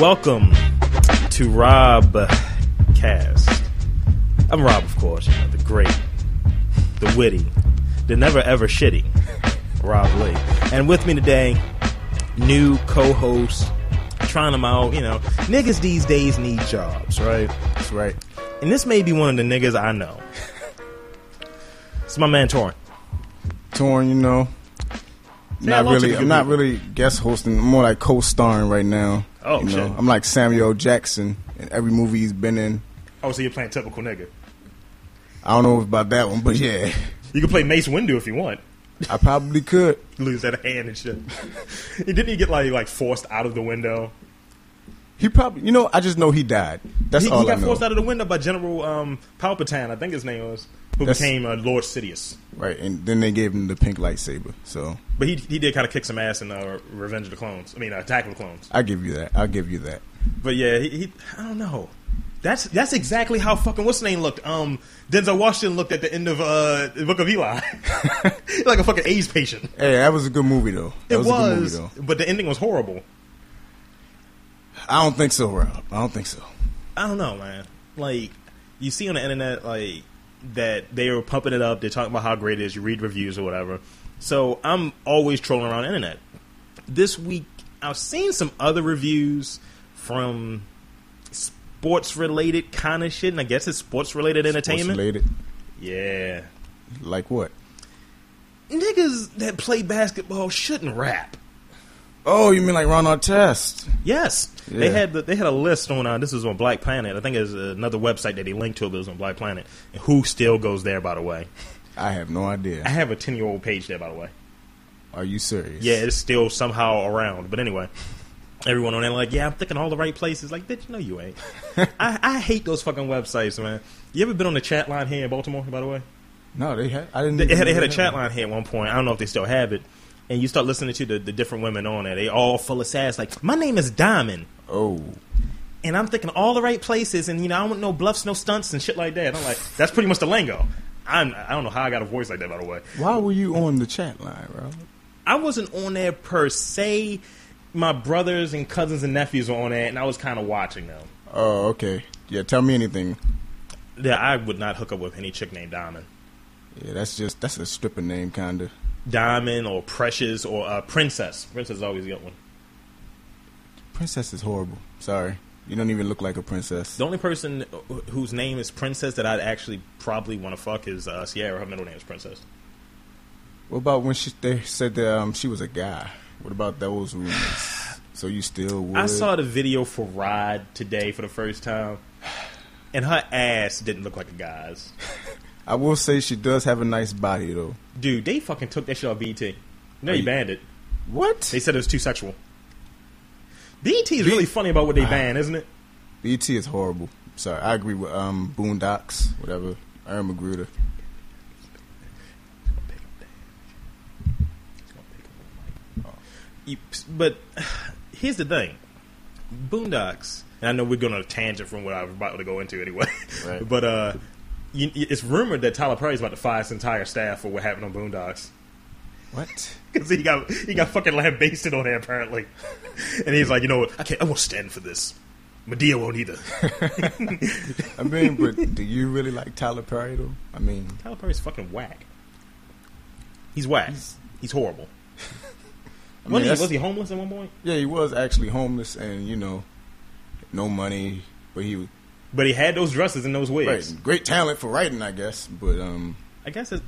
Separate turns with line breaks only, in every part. welcome to Rob Cast. I'm Rob, of course, you know, the great, the witty, the never ever shitty Rob Lee. And with me today, new co-host, trying them out. You know, niggas these days need jobs, right?
That's right.
And this may be one of the niggas I know. it's my man Torrent.
Torn, you know. not
hello to
really.
the
I'm not
people.
really guest hosting. I'm more like co-starring right now.
Oh,
you know?
shit.
I'm like Samuel Jackson in every movie he's been in.
Oh, so you're playing typical nigga.
I don't know about that one, but yeah,
You can play Mace Windu if you want.
I probably could.
Lose that hand and shit. Didn't he get like like forced out of the window?
He probably, you know, I just know he died. That's
He, he
all I
got
know.
forced out of the window by General um, Palpatine, I think his name was, who
That's-
became uh, Lord Sidious.
Right, and then they gave him the pink lightsaber. So
But he he did kind of kick some ass in uh, Revenge of the Clones. I mean, uh, Attack of the Clones.
I give you that. I'll give you that.
But yeah, he, he I don't know. That's that's exactly how fucking what's his name looked. Um, Denzel Washington looked at the end of uh, the Book of Eli, like a fucking AIDS patient.
Hey, that was a good movie though. That
It
was, a good movie
was,
though.
but the ending was horrible.
I don't think so, Rob. I don't think so.
I don't know, man. Like you see on the internet, like that they were pumping it up. They're talking about how great it is. You read reviews or whatever. So I'm always trolling around the internet. This week, I've seen some other reviews from sports related kind of shit, and I guess it's sports related entertainment.
Sports-related.
Yeah,
Like what?
niggas that play basketball shouldn't rap.
Oh, you mean like Ron Artest?
Yes, they
Yeah.
had the, they had a list on uh, this is on Black Planet. I think it was another website that they linked to, but it was on Black Planet. Who still goes there, by the way?
I have no
I
idea.
have a 10 year old page there, by the way.
Are you serious?
Yeah, it's still somehow around. But anyway, everyone on there, like, yeah, I'm thinking all the right places. Like, bitch, no, you ain't. I, I hate those fucking websites, man. You ever been on the chat line here in Baltimore, by the way?
No, they had. I didn't.
They
even
had, they
know
had a
that.
chat line here at one point. I don't know if they still have it. And you start listening to the, the different women on there. They all full of sass. Like, my name is Diamond.
Oh,
And I'm thinking all the right places. And, you know, I want no bluffs, no stunts, and shit like that. And I'm like, that's pretty much the lingo. I'm, I don't know how I got a voice like that, by the way.
why were you on the chat line, bro?
I wasn't on there per se. My brothers and cousins and nephews were on there, and I was kind of watching them.
Oh, okay. Yeah, tell me anything.
Yeah, I would not hook up with any chick named Diamond,
Yeah, that's just that's a stripper name, kinda.
Diamond or Precious or uh, Princess. Princess is always a good one.
Princess is horrible. Sorry, you don't even look like a princess.
The only person wh- whose name is Princess that I'd actually probably want to fuck is uh, Sierra. Her middle name is Princess.
What about when she they said that um, she was a guy? What about those rumors? So you still would?
I saw the video for Rod today for the first time, and her ass didn't look like a guy's.
I will say she does have a nice body though.
Dude, they fucking took that shit off BT. No,
Are
you
you-
banned it.
What?
They said it was too sexual. BT is really funny about what they ban, isn't it?
BT is horrible. Sorry, I agree with um Boondocks, whatever. Irma Gruder.
You- But here's the thing Boondocks, and I know we're going on a tangent from what I was about to go into anyway,
Right.
but uh, you, it's rumored that Tyler Perry's about to fire his entire staff for what happened on Boondocks.
What?
Because he got he got fucking lambasted on there apparently, and he's like, you know what? I can't. I won't stand for this. Medea won't either.
I mean, but do you really like Tyler Perry though? I mean,
Tyler Perry's fucking whack. He's whack. He's, horrible.
I
Wasn't
mean, that's-
he, was he homeless at one point?
Yeah, he was actually homeless and, you know, no money, but he was
But he had those dresses and those wigs.
writing. great talent for writing, I guess. But um
I guess it.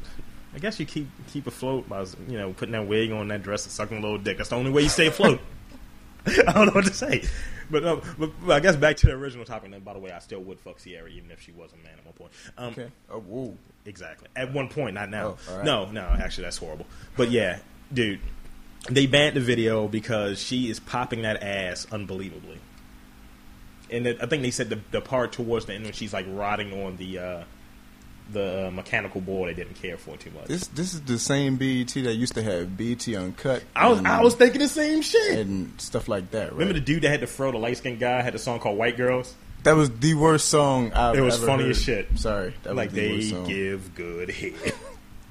I guess you keep keep afloat by you know putting that wig on that dress and sucking a little dick. That's the only way you stay afloat. I don't know what to say, but, um, but but I guess back to the original topic. And by the way, I still would fuck Sierra even if she was a man at one point. Um,
okay. Oh, whoa.
Exactly. At one point, not now.
Oh, all right.
No, no, actually, that's horrible. But yeah, dude, they banned the video because she is popping that ass unbelievably. And it, I think they said the, the part towards the end when she's like rotting on the uh, the uh, mechanical ball, they didn't care for too much.
This this is the same BET that used to have BET uncut.
I was
and,
I was thinking the same shit.
and stuff like that, right?
Remember the dude that had to throw the light skinned guy had a song called White Girls?
that was the worst song I've
It was
ever
funny
heard.
as shit.
Sorry. That
like
was the
they
worst song.
give good head.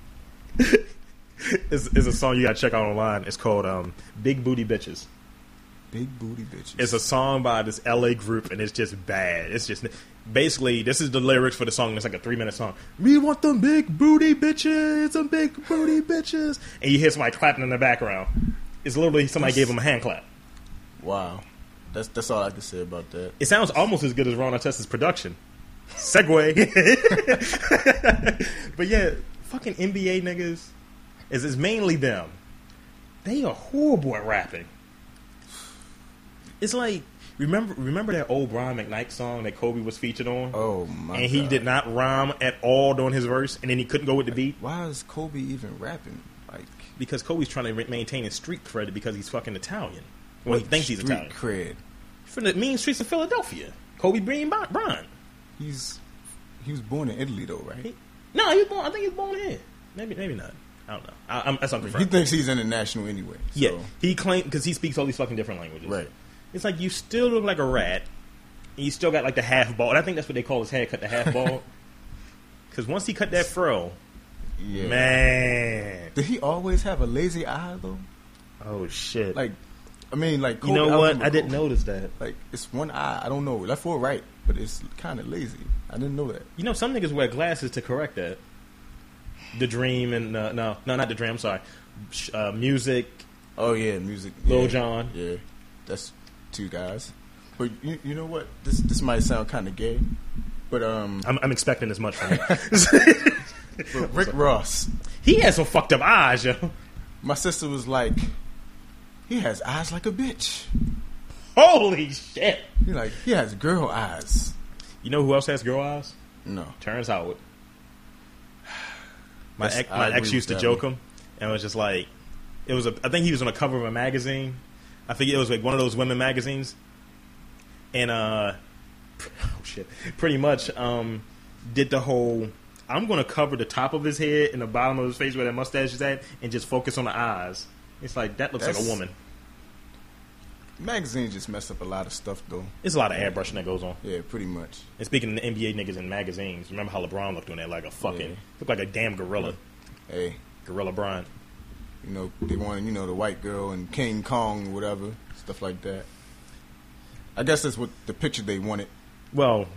it's, it's a song you gotta check out online. It's called um, "Big Booty Bitches."
Big booty bitches.
It's a song by this LA group, and it's just bad. It's just basically this is the lyrics for the song. It's like a three minute song. We want them big booty bitches, them big booty bitches, and you hear somebody clapping in the background. It's literally somebody gave him a hand clap.
wow. That's that's all I can say about that.
It sounds almost as good as Ron Artest's production. Segway. but yeah, fucking NBA niggas is is mainly them. They are horrible at rapping. It's like remember remember that old Brian McKnight song that Kobe was featured on?
Oh my.
and he
God.
did not rhyme at all during his verse, and then he couldn't go with the beat
Why is Kobe even rapping? Like
because Kobe's trying to re- maintain his street cred because he's fucking Italian. Well, he thinks he's
street
Italian.
cred.
From the mean streets of Philadelphia, Kobe Bean Bri- Bryant.
He's he was born in Italy though, right?
He, no, he was born. I think he was born here. Maybe, maybe not. I don't know. I, I'm, that's something.
He thinks he's international anyway. So.
yeah, he claimed because he speaks all these fucking different languages.
Right.
It's like you still look like a rat. And you still got like the half ball. And I think that's what they call his haircut, the half ball. Because once he cut that fro,
Yeah.
man.
Did he always have a lazy eye though?
Oh shit.
Like, I mean, like
you
Kobe,
know what?
remember
I didn't
Kobe.
notice that.
Like it's one eye. I don't know left or right, but it's kind of lazy. I didn't know that.
You know, some niggas wear glasses to correct that. The Dream and uh, no, no, not the Dream. I'm sorry. Sh- Uh, music.
Oh yeah, music.
Lil
yeah.
Jon.
Yeah, that's two guys. But you, you know what? This this might sound kind of gay, but um,
I'm, I'm expecting as much from him.
but Rick Ross.
he has some fucked up eyes, yo.
My sister was like, he has eyes like a bitch.
Holy shit!
He like he has girl eyes.
You know who else has girl eyes?
No,
Terrence Howard. My
That's-
ex,
I
my
agree
ex
with
used to
that
joke him, and it was just like, it was a. I think he was on the cover of a magazine. I think it was like one of those women magazines, and uh, oh shit, pretty much um, did the whole. I'm going to cover the top of his head and the bottom of his face where that mustache is at, and just focus on the eyes. It's like that looks like
That's-
a woman.
magazines just mess up a lot of stuff though.
It's a lot of airbrushing that goes on.
Yeah, pretty much.
And speaking of the NBA niggas in magazines, remember how LeBron looked on that like a fucking
Yeah.
looked like a damn gorilla,
Hey,
gorilla Bryant.
you know they wanted you know the white girl and King Kong, whatever stuff like that. I guess that's what the picture they wanted.
Well,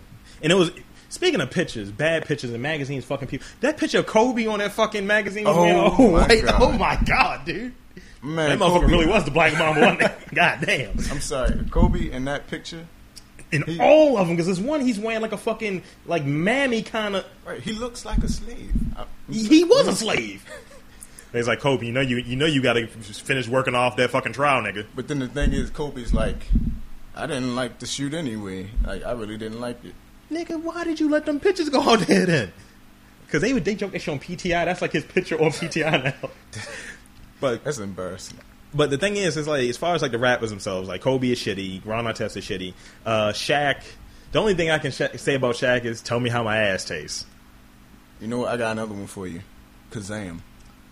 and it was speaking of pictures, bad pictures and magazines, fucking people. That picture of Kobe on that fucking magazine was
Oh,
man, oh,
my
wait,
God.
oh my god, dude.
Man,
that motherfucker
Kobe-
really was the black mama one day. God damn.
I'm sorry, Kobe in that picture.
And
He-
all of them, because this one he's wearing like a fucking like mammy kind of.
Right, he looks like a slave. I, I'm sorry.
He was a slave. And He's like Kobe, you know you you know you got to finish working off that fucking trial, nigga.
But then the thing is, Kobe's like, I didn't like the shoot anyway. Like, I really didn't like it.
Nigga, why did you let them pictures go on there then? Because they would they joke they show him PTI. That's like his picture on PTI now. but
That's embarrassing.
But the thing is, it's like as far as like the rappers themselves, like Kobe is shitty, Ron Artest is shitty, uh, Shaq. The only thing I can sha say about Shaq is tell me how my ass tastes.
You know what? I got another one for you. Kazam,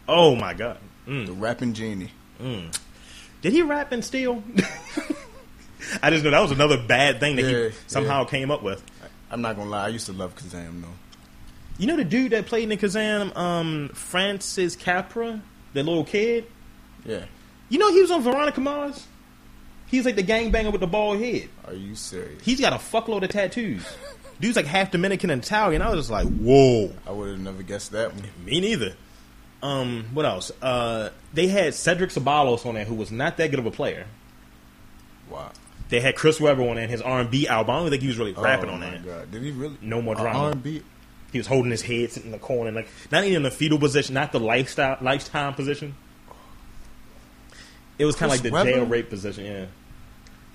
Oh my god, mm.
the rapping genie.
did he rap and steal? I just know that was another bad thing that
Yeah,
he somehow came up with.
I'm not gonna lie, I used to love Kazam though.
You know the dude that played in Kazam, um, Francis Capra, the little kid.
Yeah.
You know he was on Veronica Mars. He's like the gangbanger with the bald head.
Are you serious?
He's got a fuckload of tattoos. Dude's like half Dominican and Italian. I was just like, whoa.
I would have never guessed that one.
Me neither. Um, what else? Uh, they had Cedric Sabalos on there, who was not that good of a player.
Wow.
They had Chris Webber on there in his R and B album. I don't think he was really rapping
oh,
on
my
that.
God. Did he really? Uh,
No more
A
drama.
R&B.
He was holding his head, sitting in the corner, like not even in the fetal position, not the lifestyle lifetime position. It was kind of
Chris
like the
Webber?
jail rape position. Yeah,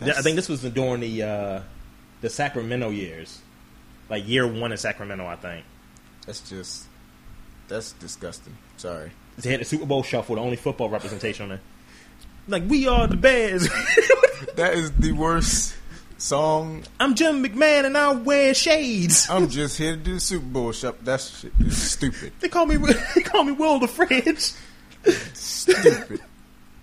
Th- I think this was during the uh, the Sacramento years, like year one in Sacramento. I think
That's just. That's disgusting. Sorry.
they had the Super Bowl shuffle, the only football representation on there. Like we are the Bears.
That is the worst song.
I'm Jim McMahon and I wear shades.
I'm just here to do the Super Bowl shop. That shit is stupid.
They call me they call me Will the Fridge.
Stupid.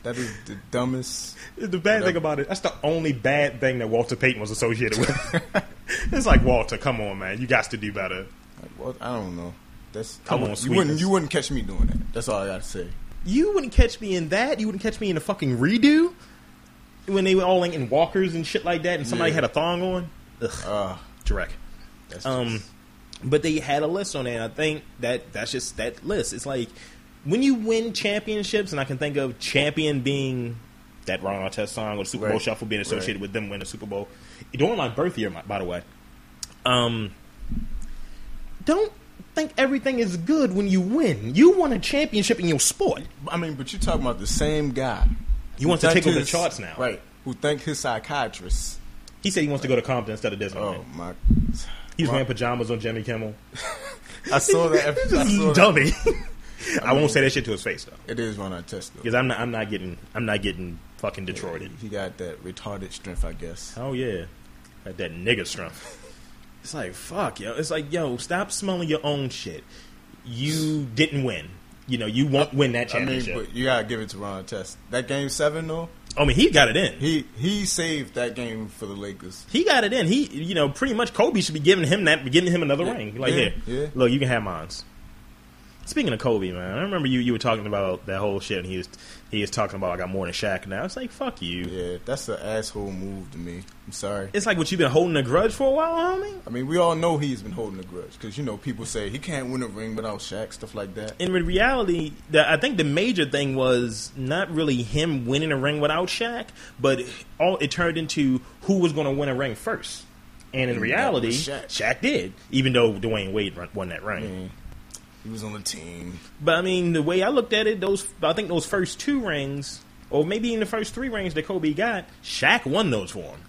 That is the dumbest.
The bad thing about it, that's the only bad thing that Walter Payton was associated with. it's like Walter, come on, man, you got to do better.
Like, well, I don't know. That's
Come
I
on,
wouldn't- you
sweetness.
wouldn't you wouldn't catch me doing that. That's all I gotta say.
You wouldn't catch me in that. You wouldn't catch me in a fucking redo. when they were all like in walkers and shit like that, and somebody
Yeah.
had a thong on. Ugh,
Uh,
direct.
that's
Um,
just-
but they had a list on it. And I think that that's just that list. It's like when you win championships, and I can think of champion being that Ron Artest song or the Super Bowl
Right.
Shuffle being associated
Right.
with them winning the Super Bowl during my birth year, my- by the way. Um, don't think everything is good when you win. You won a championship in your sport.
I mean, but you're talking about the same guy.
You
who
want to
thanked
take over the charts now.
right? Who thanked his psychiatrist?
He said he wants to go to Compton instead of Disney.
Oh my!
He was
Wow.
wearing pajamas on Jimmy Kimmel.
I
Oh,
saw that. ep- I saw that.
Dummy. I won't say that shit to his face though.
It is Ron Artest though.
because I'm not I'm not getting I'm not getting fucking Detroited.
He got that retarded strength, I guess.
Oh yeah, Got that nigga strength. It's like fuck, yo. It's like yo, stop smelling your own shit. You didn't win. You know you won't win that
I mean,
championship.
but you gotta give it to Ron Artest. That game seven though,
I mean, he got it in.
he he saved that game for the Lakers.
He got it in. He you know pretty much Kobe should be giving him that, giving him another
Yeah,
ring. Like
yeah,
here,
yeah.
look, you can have mine. Speaking of Kobe, man, I remember you you were talking about that whole shit, and he was he was talking about I got more than Shaq now. It's like fuck you.
Yeah, that's an asshole move to me. I'm sorry.
It's like what you've been holding a grudge for a while, homie.
I mean, we all know he's been holding a grudge because you know people say he can't win a ring without Shaq, stuff like that.
in re- reality, the, I think the major thing was not really him winning a ring without Shaq, but all it turned into who was going to win a ring first. And in
And Mm, that
reality,
was
Shaq.
Shaq. Mm.
did, even though Dwayne Wade run, won that ring.
Man, he was on the team.
But I mean, the way I looked at it, those I think those first two rings, or maybe even the first three rings that Kobe got, Shaq won those for him.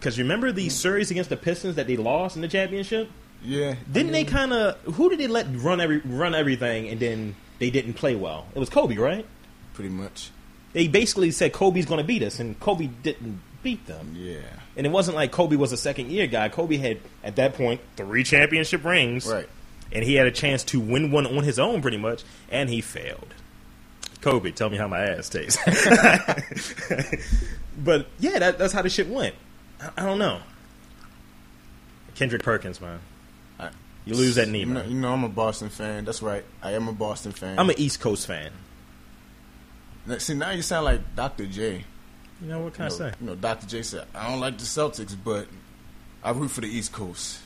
Because remember the series against the Pistons that they lost in the championship?
Yeah,
Didn't they kind of who did they let run every run everything and then they didn't play well? It was Kobe, right?
pretty much.
They basically said Kobe's going to beat us, and Kobe didn't beat them.
Yeah,
And it wasn't like Kobe was a second year guy. Kobe had at that point three championship rings,
right.
And he had a chance to win one on his own, pretty much, and he failed. Kobe, tell me how my ass tastes. but yeah, that, that's how the shit went. I, I don't know. Kendrick Perkins, man,
I,
you lose that knee,
You know,
man.
you know, I'm a Boston fan. That's right. I am a Boston fan.
I'm an East Coast fan.
Now- See, now you sound like Dr. J.
You know what can
you know,
I say?
you know, Dr. J said, I don't like the Celtics, but I root for the East Coast.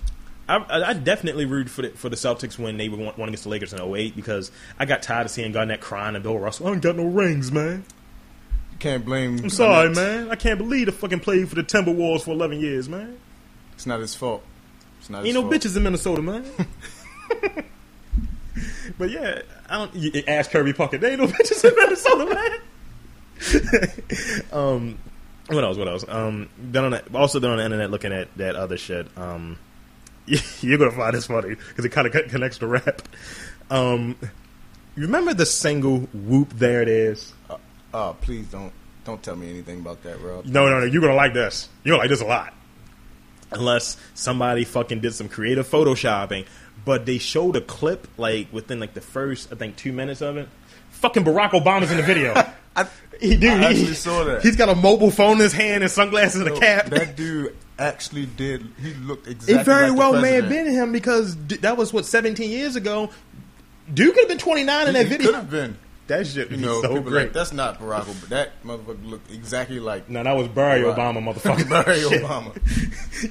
I, I- I definitely rooted for the, for the Celtics when they were won, won against the Lakers in 08 because I got tired of seeing Garnett crying and Bill Russell. I don't got no rings, man.
You can't blame.
I'm sorry, man. I can't believe I fucking played for the Timberwolves for 11 years, man.
It's not his fault. It's not his
Ain't no
fault.
bitches in Minnesota, man. but yeah, I don't. You, ask Kirby Puckett. There ain't no bitches in Minnesota, man. um, what else? What else? Um, then on the, also then on the internet looking at that other shit. Um, you're gonna find this funny because it kind of connects to rap. Um, you remember the single "Whoop"? There it is.
Uh, uh, please don't don't tell me anything about that, Rob.
No, no, no. You're gonna like this. You're gonna like this a lot. Unless somebody fucking did some creative photoshopping, but they showed a clip like within like the first I think two minutes of it. Fucking Barack Obama's in the video.
I,
He dude,
I
he,
actually saw that.
He's got a mobile phone in his hand and sunglasses and a cap.
That dude actually did. He looked exactly.
it very
like
well
the
may have
president.
been him because d- that was what 17 years ago. Dude could have been 29 in that
He
video.
could have been.
That shit
You
was
know,
so
people
great.
like that's not Barack Obama. That motherfucker looked exactly like
no, that was Barry
Barack.
Obama, motherfucker.
Barry
Shit.
Obama.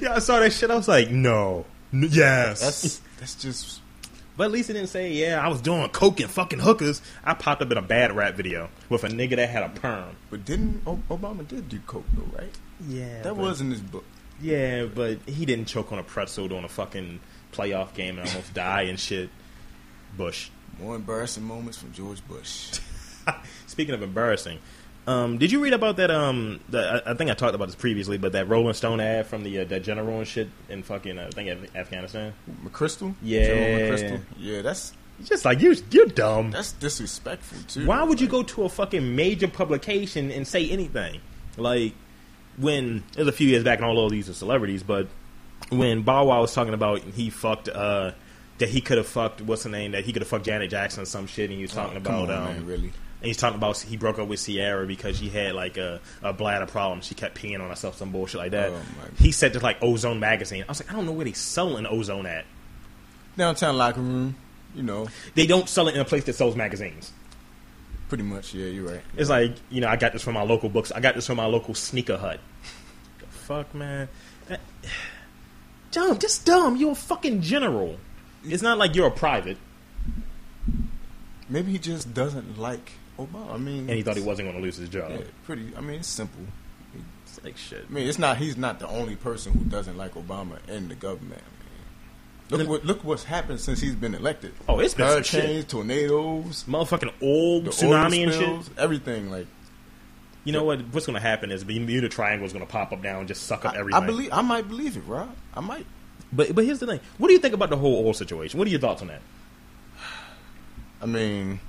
yeah, I saw that shit. I was like, no, N- yes.
That's that's just
But at least it didn't say, yeah, I was doing coke and fucking hookers. I popped up in a bad rap video with a nigga that had a perm.
But didn't O- Obama did do coke though, right?
Yeah.
That was in his book.
Yeah, but he didn't choke on a pretzel during a fucking playoff game and almost die and shit. Bush.
More embarrassing moments from George Bush.
Speaking of embarrassing, um, did you read about that? Um, the, I, I think I talked about this previously, but that Rolling Stone ad from the uh, that general and shit in fucking uh, I think Af- Afghanistan.
McChrystal,
Yeah.
General McChrystal. Yeah, that's
It's just like you, you're dumb.
that's disrespectful too.
Why would you go to a fucking major publication and say anything? Like when it was a few years back, and all of these are celebrities, but when Bow Wow was talking about he fucked uh, that he could have fucked what's the name that he could have fucked Janet Jackson or some shit, and he was talking
Oh, come
about
on,
um,
man, really?
and he's talking about he broke up with Sierra because she had like a, a bladder problem. She kept peeing on herself, some bullshit like that.
Oh, my God.
he said to like Ozone magazine. I was like, I don't know where they selling Ozone at.
Downtown locker room, you know.
They don't sell it in a place that sells magazines.
Pretty much, yeah, you're right.
It's like you know, I got this from my local books. I got this from my local sneaker hut. The fuck, man. That- Dumb, just dumb. You're a fucking general. It's not like you're a private,
Maybe he just doesn't like Obama. I mean,
and he thought he wasn't going to lose his job.
Yeah, pretty. I mean, it's simple.
It's like shit.
I mean, it's not. He's not the only person who doesn't like Obama and the government. I mean, Look what look what's happened since he's been elected.
Oh, it's been some shit.
hurricanes, tornadoes,
Motherfucking old
the
tsunami
oil
and shit.
spills, everything. Like
You know what? What's going to happen is the Bermuda Triangle is going to pop up now and just suck up
I,
everything.
I believe, I might believe it, Rob. I might.
But but here's the thing. What do you think about the whole oil situation? What are your thoughts on that?
I mean,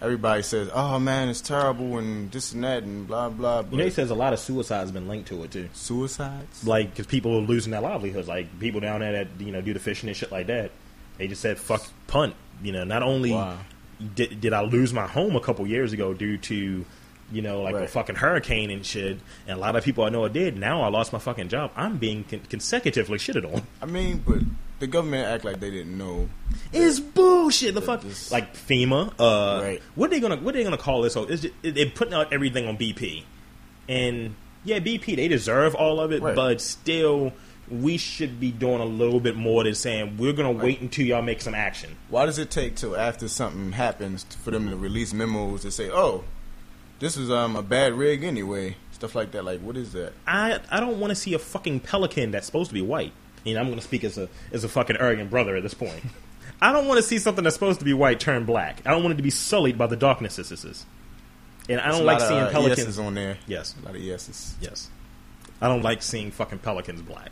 everybody says, "Oh man, it's terrible," and this and that, and blah blah.
You
blah.
know, he says a lot of suicide has been linked to it too.
suicides.
Like because people are losing their livelihoods. Like people down there that you know do the fishing and shit like that. They just said fuck punt. You know, not only
Wow.
did did I lose my home a couple years ago due to you know like a
Right.
fucking hurricane and shit, and a lot of people I know I did. Now I lost my fucking job. I'm being con- consecutively shitted on.
I mean, but the government act like they didn't know.
It's bullshit. The fuck,
This-
like FEMA. Uh,
Right.
What they gonna What they gonna call this? whole- It's just, they're putting out everything on BP, and yeah, BP they deserve all of it,
Right.
but still, we should be doing a little bit more than saying we're gonna wait until y'all make some action.
Why does it take till after something happens for them to release memos to say, "Oh, this was um a bad rig anyway"? Stuff like that. Like, what is that?
I I don't want to see a fucking pelican that's supposed to be white. And I'm gonna speak as a as a fucking arrogant brother at this point. I don't want to see something that's supposed to be white turn black. I don't want it to be sullied by the darkness this is. And I don't
A
like
lot of,
seeing
uh,
pelicans.
yeses on there.
Yes.
A lot of yeses.
Yes. I don't like seeing fucking pelicans black.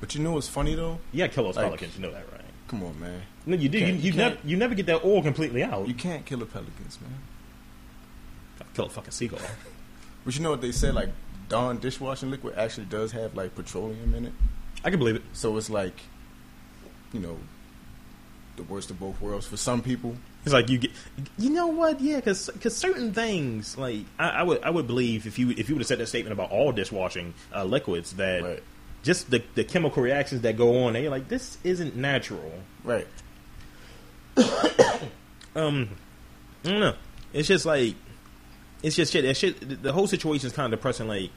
But you know what's funny though?
You gotta kill those
Like-
pelicans. You know that, right?
Come on, man.
No, you do. You,
Can't-
you,
you
never,
can't-
you never get that oil completely out.
You
You
can't kill the pelicans, man.
gotta kill a fucking seagull.
But you know what they said? Like, Dawn dishwashing liquid actually does have like petroleum in it.
I can believe it.
So it's like, you know, the worst of both worlds for some people.
It's like you get. You know what? Yeah, because certain things like I, I would I would believe if you if you would have said that statement about all dishwashing uh, liquids that
Right.
just the the chemical reactions that go on, they're like this isn't natural.
Right.
I don't know. It's just like it's just shit. That shit. the- The whole situation is kind of depressing. Like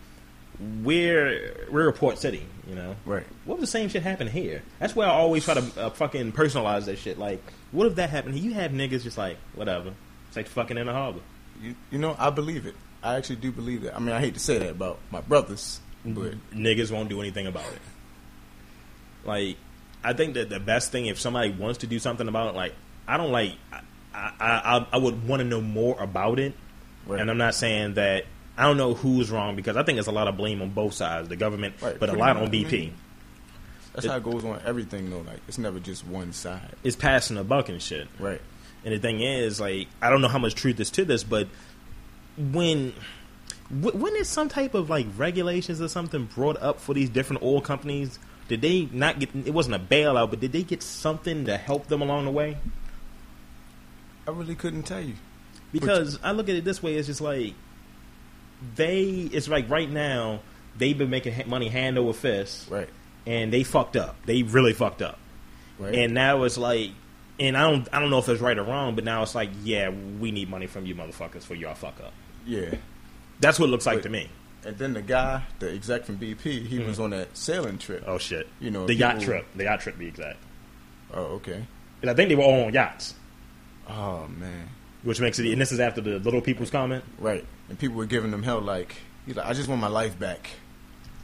we're we're a port city, you know.
Right.
What if the same shit happened here? That's why I always try to uh, fucking personalize that shit. Like, what if that happened? here? You have niggas just like whatever. It's like fucking in the harbor.
You, you know, I believe it. I actually do believe that. I mean, I hate to say that about my brothers,
Mm-hmm.
but
niggas won't do anything about it. Like, I think that the best thing if somebody wants to do something about it, like, I don't like, I I, I, I would want to know more about it.
Right.
And I'm not saying that I don't know who's wrong because I think there's a lot of blame on both sides, the government,
Right,
but a
pretty
lot
much.
on BP.
I mean- that's how it goes on everything, though. Like, it's never just one side.
It's passing the buck and shit.
Right.
And the thing is, like, I don't know how much truth is to this, but when wh- when is some type of like regulations or something brought up for these different oil companies? Did they not get? It wasn't a bailout, but did they get something to help them along the way?
I really couldn't tell you.
Because I look at it this way: it's just like they. It's like right now they've been making ha- money hand over fist,
Right.
and they fucked up. They really fucked up.
Right.
And now it's like, and I don't, I don't know if it's right or wrong, but now it's like, yeah, we need money from you motherfuckers for y'all fuck up.
yeah.
That's what it looks like
But-
to me.
And then the guy, the exec from BP, he was on that sailing trip.
Mm-hmm. Oh shit!
You know,
the yacht
people-
trip, the yacht trip, to be exact.
Oh, okay.
And I think they were all on yachts,
Oh man.
which makes it. And this is after the little people's comment.
Right. And people were giving him hell. Like he's like, I just want my life back.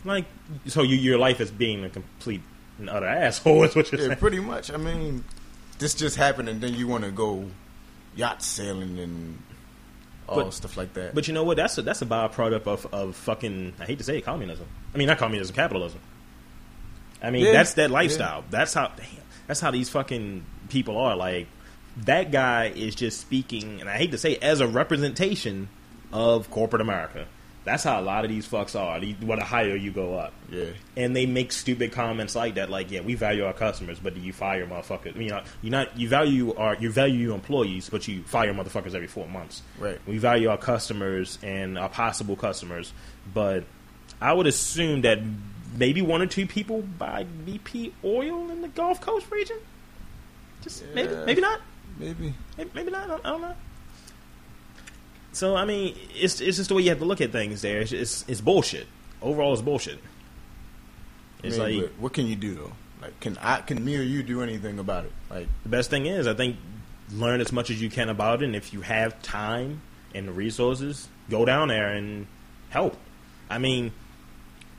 Like, so you, your life is being a complete and utter asshole. Is what you're
Yeah,
saying?
pretty much. I mean, this just happened, and then you want to go yacht sailing and all
But-
stuff like that.
But you know what? That's a that's a byproduct of, of fucking. I hate to say it, communism. I mean, not communism, capitalism. I mean,
Yeah,
that's that
yeah.
lifestyle. That's how. Damn, that's how these fucking people are. Like that guy is just speaking, and I hate to say, it, as a representation of corporate America. That's how a lot of these fucks are. The- What the higher you go up,
yeah,
and they make stupid comments like that. Like, yeah, we value our customers, but do you fire motherfuckers? You know, you not you value our you value your employees, but you fire motherfuckers every four months.
Right.
We value our customers and our possible customers, but I would assume that maybe one or two people buy BP oil in the Gulf Coast region. Just maybe,
Yeah.
maybe not,
maybe.
maybe, maybe not. I don't, I don't know. So I mean, it's it's just the way you have to look at things. There, it's it's, it's bullshit. Overall, it's bullshit. It's
I mean,
like
but what can you do though? Like, can I? Can me or you do anything about it? Like,
the best thing is, I think, learn as much as you can about it, and if you have time and the resources, go down there and help. I mean,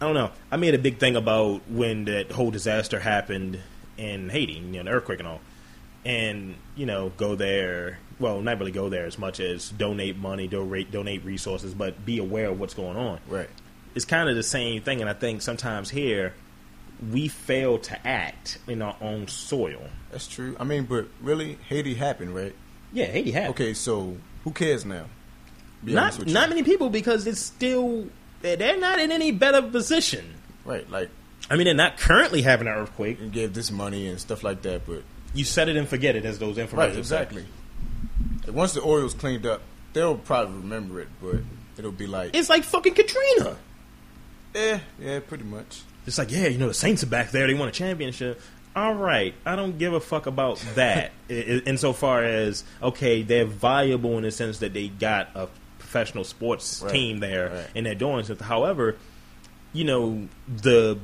I don't know. I made a big thing about when that whole disaster happened in Haiti, you know, the earthquake and all, and you know, go there. Well, not really go there as much as donate money, donate donate resources, but be aware of what's going on.
right?
it's kind of the same thing, and I think sometimes here we fail to act in our own soil.
That's true. I mean, but really, Haiti happened, right?
Yeah, Haiti had
Okay, so who cares now? Be honest
not
with you.
not many people because it's still they're- they're not in any better position.
right. Like,
I mean, they're not currently having an earthquake.
and gave this money and stuff like that, but
You set it and forget it, as those information.
right,
say.
exactly. Like, once the Orioles cleaned up, they'll probably remember it, but it'll be like,
It's like fucking Katrina.
eh, yeah, pretty much.
It's like, yeah, you know, the Saints are back there. They won a championship. All right, I don't give a fuck about that. I- I- Insofar as, okay, they're viable in the sense that they got a professional sports
Right,
team there
right.
and they're doing something. However, you know, the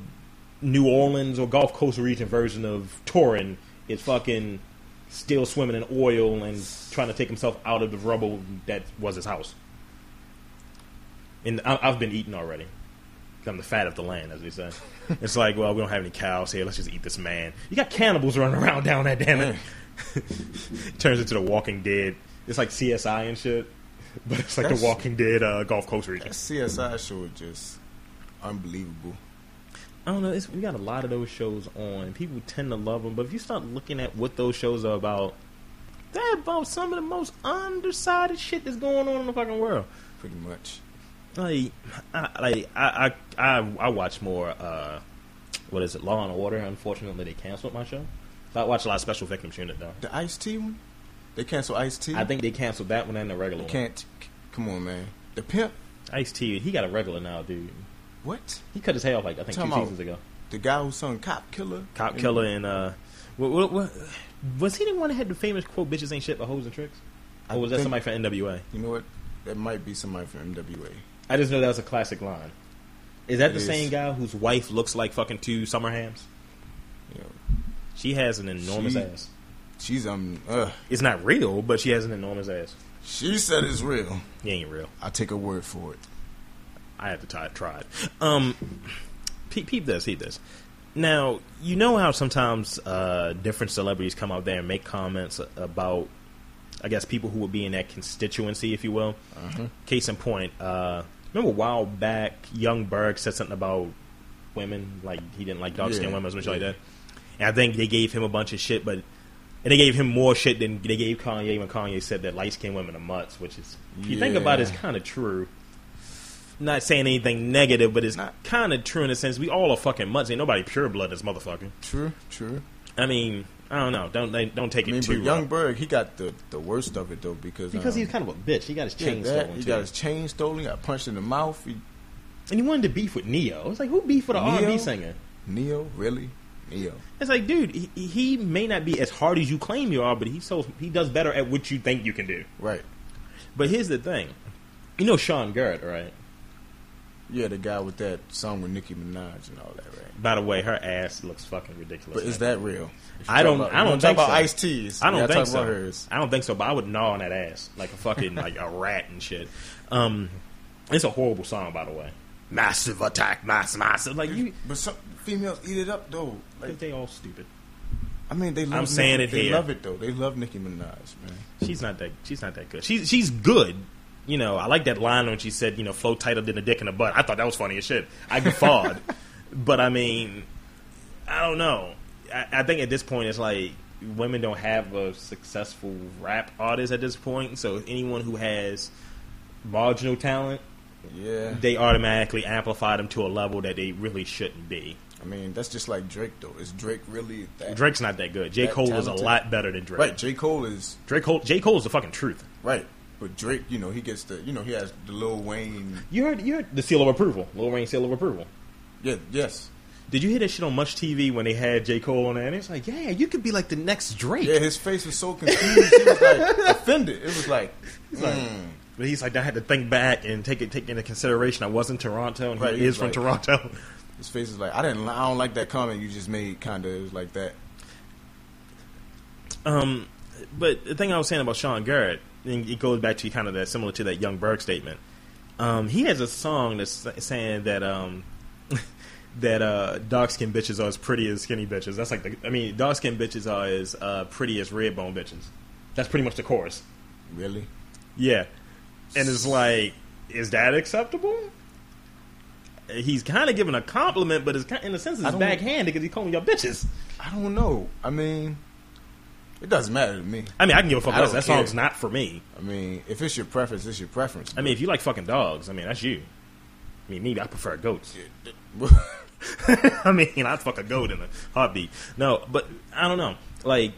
New Orleans or Gulf Coast region version of Torin is fucking still swimming in oil and trying to take himself out of the rubble that was his house. And I- I've been eating already. I'm the fat of the land, as they say. it's like, well, we don't have any cows here. Let's just eat this man. You got cannibals running around down there, damn it. Turns into The Walking Dead. It's like CSI and shit, but it's like
That's-
The Walking Dead uh, Gulf Coast region.
That CSI show is just unbelievable.
I don't know. It's, we got a lot of those shows on. People tend to love them, but if you start looking at what those shows are about, they're about some of the most undersided shit that's going on in the fucking world.
Pretty much.
Like, I, like I, I, I, I watch more. uh What is it? Law and Order. Unfortunately, they canceled my show. But I watch a lot of Special Victims Unit though.
The Ice T one? They cancel Ice T?
I think they canceled that one and the regular
They
one.
can't. c- Come on, man. The pimp?
Ice T, he got a regular now, dude.
What?
He cut his hair off like I think two
Time out.
seasons ago.
The guy who sung Cop Killer?
Cop
And-
Killer and uh, what, what, what, was he the one that had the famous quote "Bitches ain't shit but hoes and tricks"? Or was that
think-
somebody from NWA?
You know what? That might be somebody from MWA.
I just know that was a classic line. Is that
It
the
is.
same guy whose wife looks like fucking two summer hams?
You know,
She has an enormous
She-
ass.
she's um. Uh,
It's not real, but she has an enormous ass.
she said it's real.
He ain't real.
I take her word for it.
I have to try, try it. Um, peep, peep this, peep this. Now, you know how sometimes uh, different celebrities come out there and make comments about, I guess, people who would be in that constituency, if you will? Case in point, uh, remember a while back, Young Berg said something about women, like he didn't like dark skinned
Yeah,
women or something
yeah.
like that. And I think they gave him a bunch of shit, but. And they gave him more shit than they gave Kanye when Kanye said that light skinned women are mutts, which is, if you think about it, it's
Yeah.
kind of true not saying anything negative, but it's
Not-
kind of true in a sense. We all are fucking mutts. Ain't nobody pure blood in this motherfucker.
True, true.
I mean, I don't know. Don't they, don't take
I mean,
it too
but Young
rough.
Berg, he got the, the worst of it though because
because
um,
he's kind of a bitch. He got his
yeah,
chain
that,
stolen
he
too,
got his chain stolen. He got punched in the mouth. He,
and he wanted to beef with Neo. It's like who beef with an
Neo?
R and B singer?
Neo, really? Neo.
It's like, dude, he, he may not be as hard as you claim you are, but he so he does better at what you think you can do.
Right.
But here's the thing, you know Sean Garrett, right?
Yeah, the guy with that song with Nicki Minaj and all that, right?
By the way, her ass looks fucking ridiculous.
But is
man.
that real? If you
I
talk
don't-
About,
I don't
talk
think
about
so.
Ice T's.
I don't
yeah,
think
talk
so.
About hers.
I don't think so, but I would gnaw on that ass like a fucking like a rat and shit. Um, it's a horrible song, by the way. Massive attack, mass, massive. Like you,
But some females eat it up though. Like
they all stupid.
I mean, they. Love
I'm saying
Nicki-
it
They
here.
love it though. They love Nicki Minaj, man.
She's not that. She's not that good. She's she's good. You know, I like that line when she said, "You know, flow tighter than a dick in a butt." I thought that was funny as shit. I guffawed, but I mean, I don't know. I, I think at this point, it's like women don't have a successful rap artist at this point. So anyone who has marginal talent,
Yeah.
they automatically amplify them to a level that they really shouldn't be.
I mean, that's just like Drake though. Is Drake really that?
Drake's not that good. J
That
Cole is a
talented.
lot better than Drake.
Right. J Cole is
Drake Cole, J Cole's the fucking truth.
right, but Drake, you know, he gets the, you know, he has the Lil Wayne.
You heard you heard the seal of approval, Lil Wayne seal of approval.
Yeah. Yes.
Did you hear that shit on Much TV when they had J. Cole on there? And it's like, yeah, you could be like the next Drake.
Yeah. His face was so confused. he was like offended. It was like, mm,
But he's like, I had to think back and take it take into consideration. I was in Toronto, and
Right,
he is
he's
from
like-
Toronto.
His face is like, I didn't. li- I don't like that comment you just made. Kind of like that.
Um, but the thing I was saying about Sean Garrett, and it goes back to kind of that similar to that Young Berg statement. Um, he has a song that's s- saying that um, that uh, dark skinned bitches are as pretty as skinny bitches. That's like the I mean, dark skinned bitches are as uh, pretty as red bone bitches. That's pretty much the chorus.
Really?
Yeah, and it's like, is that acceptable? He's kind of giving a compliment, but it's kind, in a sense
I
it's
don't-
backhanded because he's calling y'all bitches.
I don't know. I mean, it doesn't matter to me.
I mean, I can give a fuck.
I
less.
don't
That
care.
song's not for me.
I mean, if it's your preference, it's your preference.
I mean, if you like fucking dogs, I mean, that's you. I mean, me, I prefer goats. I mean, I'd fuck a goat in a heartbeat. No, but I don't know. Like,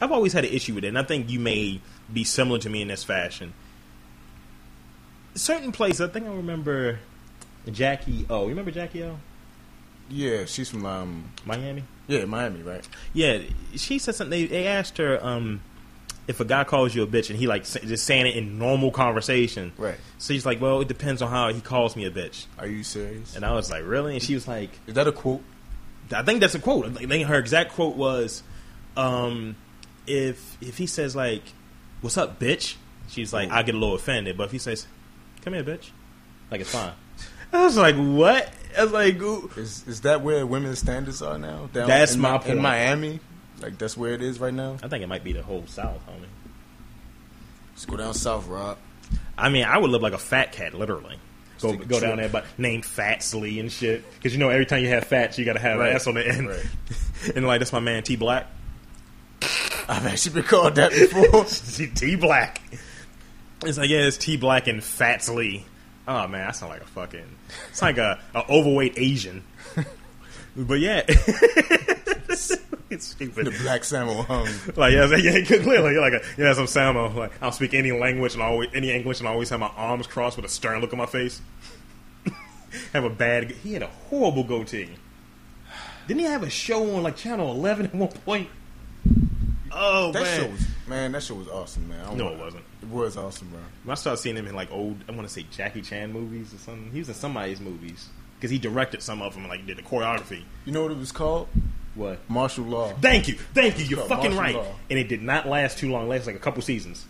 I've always had an issue with it, and I think you may be similar to me in this fashion. Certain place, I think I remember Jackie O. You remember Jackie O?
yeah, she's from um,
Miami?
yeah, Miami, right?
Yeah, she said something. They, they asked her um, if a guy calls you a bitch, and he, like, sa- just saying it in normal conversation.
Right.
So she's like, well, it depends on how he calls me a bitch.
Are you serious?
And I was like, really? And she was like,
Is that a quote?
I think that's a quote. I think her exact quote was, um, if if he says like, "What's up, bitch?" She's like, I get a little offended, but if he says, "Come here, bitch," like it's fine. I was like, what? I was like, ooh.
Is is that where women's standards are now? Down
That's
in,
my
Mi-
point.
In Miami, like that's where it is right now.
I think it might be the whole South, homie.
Let's go down south, Rob.
I mean, I would look like a fat cat, literally. Go
Stick a
go down
trip.
there, but named Fatsley and shit, because you know every time you have fats, you got to have
Right.
an S on the end.
Right.
and like that's my man T Black,
I've actually been called that before.
T Black. It's like, yeah, it's T Black and Fats Lee. Oh man, I sound like a fucking. It's like a, a overweight Asian. But yeah, it's
the
stupid.
black Samuel hung.
Like yeah, it's like, yeah, clearly you're like a, yeah, some Samo. Like I'll speak any language and always any English and always have my arms crossed with a stern look on my face. have a bad. He had a horrible goatee. Didn't he have a show on like Channel Eleven at one point? Oh
That
man,
show was man. That show was awesome, man. I don't
No,
wanna-
it wasn't.
It was awesome, bro.
When I started seeing him in like old, I want to say Jackie Chan movies or something. He was in somebody's movies because he directed some of them, and, like did the choreography.
You know what it was called?
What?
Martial law.
Thank you, thank you. You're
called
fucking
Martial
right.
Law.
And it did not last too long. It lasted like a couple seasons.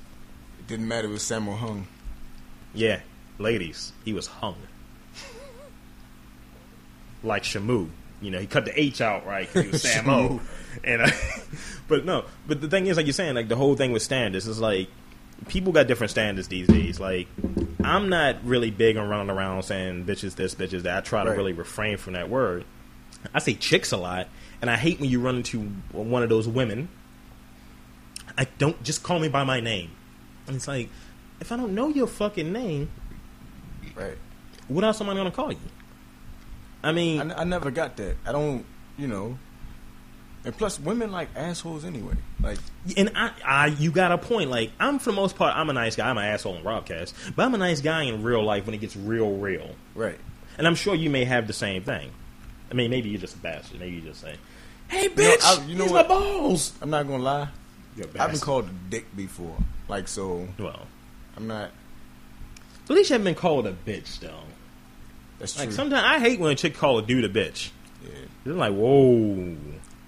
It didn't matter. It was Samuel hung.
Yeah, ladies, he was hung like Shamu. You know, he cut the H out right 'cause he was Samo.
Shamu.
And uh, but no, but the thing is, like you're saying, like the whole thing with standards is like people got different standards these days. Like I'm not really big on running around saying bitches this, bitches that. I try to
Right.
really refrain from that word. I say chicks a lot, and I hate when you run into one of those women. I don't just call me by my name. And it's like if I don't know your fucking name,
Right.
what else am I gonna call you? I
I,
mean,
n- I never got that. I don't. You know. And plus, women like assholes anyway. Like
and I, I, you got a point. Like, I'm for the most part, I'm a nice guy. I'm an asshole in Robcast, but I'm a nice guy in real life when it gets real, real.
right.
And I'm sure you may have the same thing. I mean, maybe you're just a bastard. Maybe you just say, "Hey, bitch,
know, I- you know
these
what?
my balls."
I'm not gonna lie.
You're a
I've been
bastard.
called a dick before. Like so,
Well,
I'm not.
at least you haven't been called a bitch, though.
That's true.
Like sometimes I hate when a chick call a dude a bitch.
yeah.
They're like, "Whoa."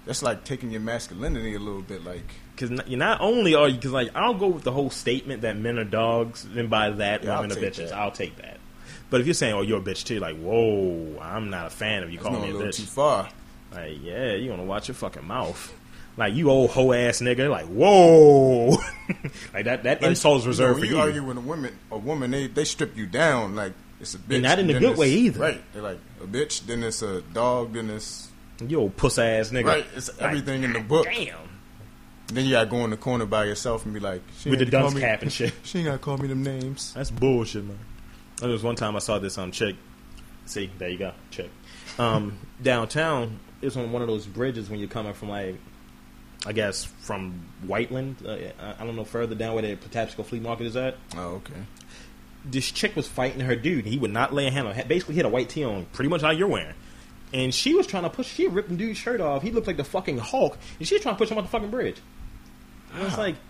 That's like taking your masculinity a little bit. Like
Because not, not only are you, because like I'll go with the whole statement that men are dogs, and by that
Yeah, I'll
women are
take
bitches.
that.
I'll take that. But if you're saying, "Oh, you're a bitch too," like, whoa, I'm not a fan of you
it's going
calling
a
me a
little too
bitch.
far.
Like, yeah, you gonna watch your fucking mouth. Like you old hoe ass nigga. Like, whoa, like that. That insult is
You know,
reserved
when
for you.
you argue with a woman, a woman they they strip you down. Like it's a bitch.
not in a
then
good
it's-
way either.
Right. They're like a bitch. Then it's a dog. Then it's
You old puss ass nigga.
right. It's everything in the book.
Damn,
Then you gotta go in the corner by yourself and be like, she
with the
ain't gotta
dunce
call me-
cap and shit.
She ain't gotta call me them names.
That's bullshit, man. There was one time I saw this um chick. See, there you go, chick. Um, downtown is on one of those bridges when you're coming from like, I guess from Whiteland. Uh, I- I don't know further down where the Patapsco flea market is at.
Oh, okay.
This chick was fighting her dude. He would not lay a hand on. Basically, he had a white tee on, pretty much how you're wearing. And she was trying to push. She ripped the dude's shirt off. He looked like the fucking Hulk, and she was trying to push him off the fucking bridge. And I was like,
Ah.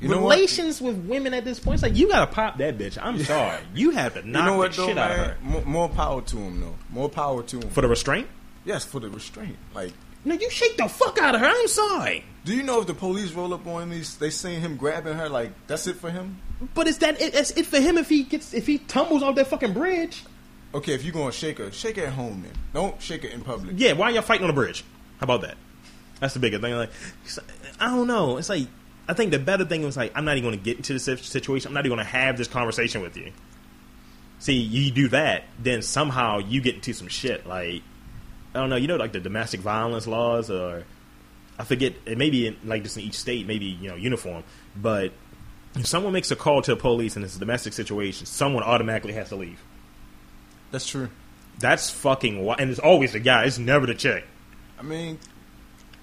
You know what?
Relations with women at this point, it's like you gotta pop that bitch. I'm sorry, you have to knock
you know what
the
though,
shit out of
man?
her
Mo- More power to him though. More power to him.
for the restraint.
yes, for the restraint. Like,
No, you shake the fuck out of her. I'm sorry,
do you know if the police roll up on these, they seen him grabbing her? Like, that's it for him.
but is that it, it's it for him if he gets if he tumbles off that fucking bridge?
Okay, if you gonna shake her, shake her at home then. Don't shake her in public.
Yeah, why y'all fighting on the bridge? How about that? That's the bigger thing. Like, it's- I don't know. It's like I think the better thing was like I'm not even going to get into this sit- situation. I'm not even going to have this conversation with you. See, you do that, then somehow you get into some shit. Like I don't know. You know, like the domestic violence laws, or I forget. It may be in, like this in each state, maybe you know uniform, but. If someone makes a call to the police and it's a domestic situation, someone automatically has to leave.
That's true.
That's fucking why, and it's always the guy. It's never the chick.
I mean,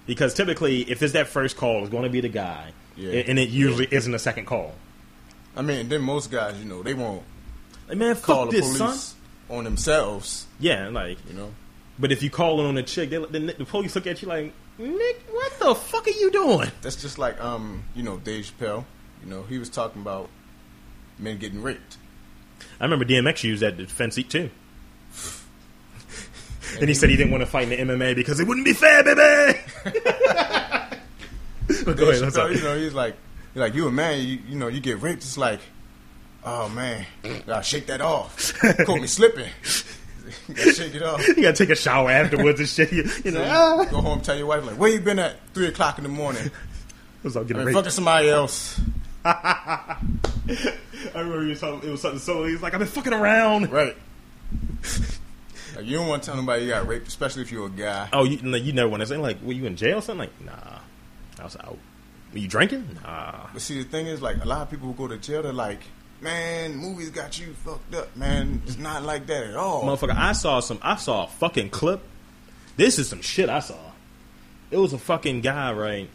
Because typically, if it's that first call, it's going to be the guy,
Yeah.
and and it usually isn't a second call.
I mean, then most guys, you know, they won't
Like, man, fuck
call the
this,
police
son.
on themselves.
Yeah, like,
You know,
but if you call it on a chick, they, the, the police look at you like, Nick, what the fuck are you doing?
that's just like um, you know, Dave Chappelle. You know, he was talking about men getting raped.
I remember DMX used that to defend seat too. and he said he didn't want to fight in the MMA because it wouldn't be fair, baby. but go
Dave
ahead, I'm
Chappelle,
sorry.
you know, he's like, he's like you a man, you, you know, you get raped. It's like, oh man, gotta shake that off. Caught me slipping. gotta shake it off.
You gotta take a shower afterwards and shit. You, you know, ah.
Go home, tell your wife, like, where you been at? Three o'clock in the morning.
I was like,
I
getting
mean,
raped.
fucking somebody else.
I remember you was talking, it was something so. He's like, I've been fucking around.
Right. Like, you don't want to tell nobody you got raped, especially if you're a guy.
Oh, you no, you never want to say like, were you in jail or something? Like, nah, I was out. Were you drinking? Nah.
But see, the thing is, like, a lot of people who go to jail, they're like, man, movies got you fucked up, man. It's not like that at all.
Motherfucker, I saw some. I saw a fucking clip. This is some shit I saw. It was a fucking guy, right?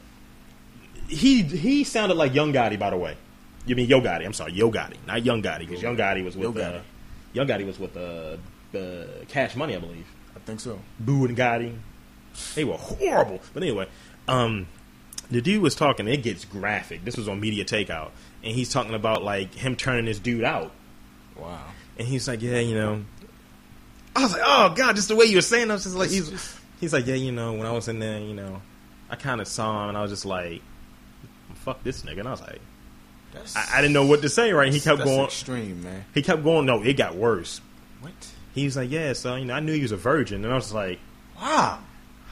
He he sounded like Young Gotti, by the way. You mean Yo Gotti? I'm sorry, Yo Gotti, not Young Gotti, because Young Gotti was with
Yo
uh,
Gotti.
Young Gotti was with uh, uh, Cash Money, I believe.
I think so.
Boo and Gotti. They were horrible. But anyway, um, the dude was talking. It gets graphic. This was on Media Takeout, and he's talking about like him turning this dude out,
Wow.
and he's like, yeah, you know. I was like, oh god, just the way you were saying. I was just like, he's, he's like, yeah, you know, when I was in there, you know, I kind of saw him, and I was just like, fuck this nigga, and I was like,
That's,
I, I didn't know what to say. Right? He kept
that's
going.
extreme, man.
He kept going. No, it got worse.
What?
He was like, yeah, so you know, I knew he was a virgin, and I was just like.
Wow.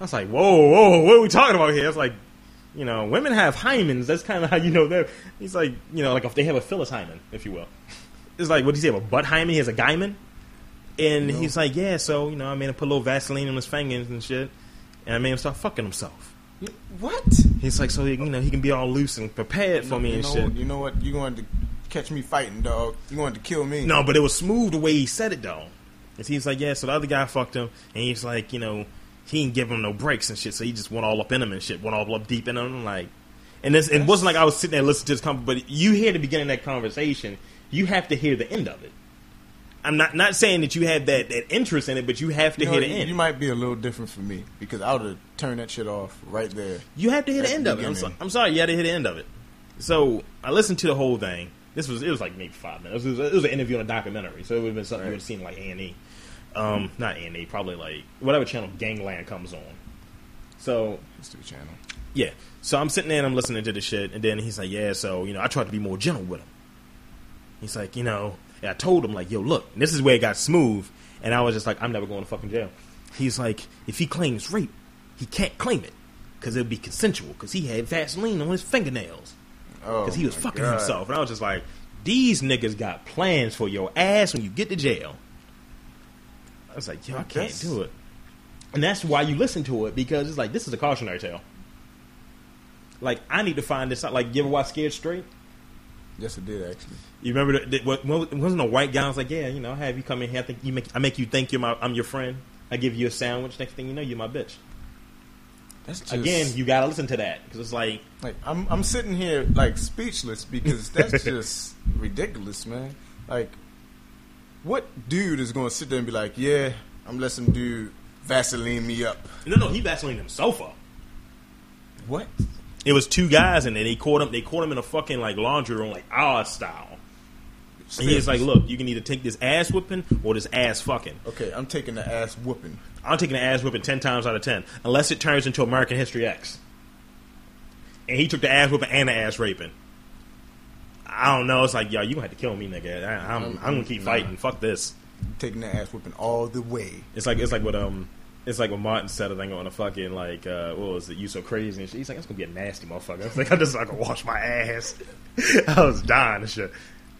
I was like, whoa, whoa, what are we talking about here? It's like, you know, women have hymens. That's kind of how you know that. He's like, you know, like if they have a Phyllis hymen, if you will. It's like, what does he have? A butt hymen? He has a guyman? And he's like, yeah, so, you know, I made him put a little Vaseline on his fingers and shit. And I made him start fucking himself.
What?
He's like, so, he, you know, he can be all loose and prepared for me
you
and
know,
shit.
You know what? You're going to catch me fighting, dog. You're going to kill me.
No, but it was smooth the way he said it though. And he's like, yeah. So the other guy fucked him, and he's like, you know, he didn't give him no breaks and shit. So he just went all up in him and shit, went all up deep in him, like. And this, it wasn't like I was sitting there listening to this conversation, but you hear the beginning of that conversation, you have to hear the end of it. I'm not not saying that you had that, that interest in it, but you have to
You, know,
hear the
you-
end.
you might be a little different for me because I would have turned that shit off right there.
You have to hear the
That's
end
the
of it. I'm, so,
beginning.
I'm sorry, you had to hear the end of it. So I listened to the whole thing. This was it was like maybe five minutes. It was, it was an interview on a documentary, so it would have been something you would have seen like A and E, um, not A and E, probably like whatever channel Gangland comes on. So
Let's do a channel.
yeah, so I'm sitting there and I'm listening to the shit, and then he's like, yeah, so you know, I tried to be more gentle with him. He's like, you know, and I told him like, yo, look, and this is where it got smooth, and I was just like, I'm never going to fucking jail. He's like, if he claims rape, he can't claim it because it'd be consensual because he had Vaseline on his fingernails
Oh,
because he was
my
fucking
God.
himself, and I was just like, these niggas got plans for your ass when you get to jail. I was like, yo, I can't
That's-
do it, and that's why you listen to it because it's like this is a cautionary tale. Like I need to find this out. Like you ever watch Scared Straight?
Yes, it did actually.
You remember that? that what, what- wasn't a white guy? I was like, yeah, you know, I have you come in here. I think you make I make you think you're my I'm your friend. I give you a sandwich. Next thing you know, you're my bitch.
That's just,
Again, you gotta listen to that because it's like
Like I'm, I'm sitting here like speechless because that's just ridiculous, man. Like, what dude is going to sit there and be like, "Yeah, I'm let some dude Vaseline me up"?
no, no, he vaseline himself up.
What?
It was two guys, and then they caught him. They caught him in a fucking like laundry room, like our style. And he's like, "Look, you can either take this ass whipping or this ass fucking.
okay, I'm taking the ass whooping.
I'm taking an ass whipping ten times out of ten, unless it turns into American History X." And he took the ass whipping and the ass raping. I don't know. It's like, yo, you gonna have to kill me, nigga. I, I'm, I'm gonna keep fighting. Fuck this.
I'm taking the ass whipping all the way.
It's like it's like what um it's like what Martin said I think on a fucking like uh what was it, you so crazy and shit. He's like, That's gonna be a nasty motherfucker. I was like, I'm just not gonna wash my ass. I was dying and shit.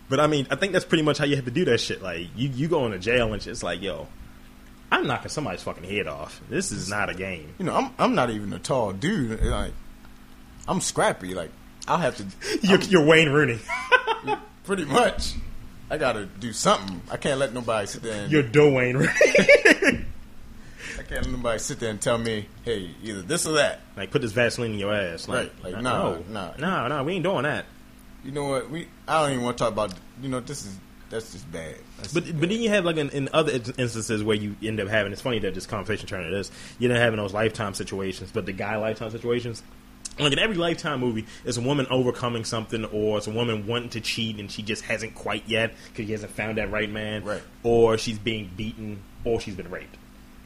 But I mean, I think that's pretty much how you have to do that shit. Like you you go into jail and shit, it's like, yo, I'm knocking somebody's fucking head off. This is not a game.
You know, I'm I'm not even a tall dude. Like, I'm scrappy. Like, I'll have to
You're, you're Wayne Rooney.
pretty much. I gotta do something. I can't let nobody sit there. And,
You're Do Wayne Rooney.
I can't let nobody sit there and tell me, hey, either this or that.
like put this Vaseline in your ass. Like,
Right, like,
no,
nah, nah.
no, no, we ain't doing that.
You know what? We I don't even want to talk about. You know, this is that's just bad. That's
But but then you have like in, in other in- instances where you end up having it's funny that this conversation turned into this you end up having those lifetime situations but the guy lifetime situations like in every lifetime movie it's a woman overcoming something or it's a woman wanting to cheat and she just hasn't quite yet because she hasn't found that right man
Right.
or she's being beaten or she's been raped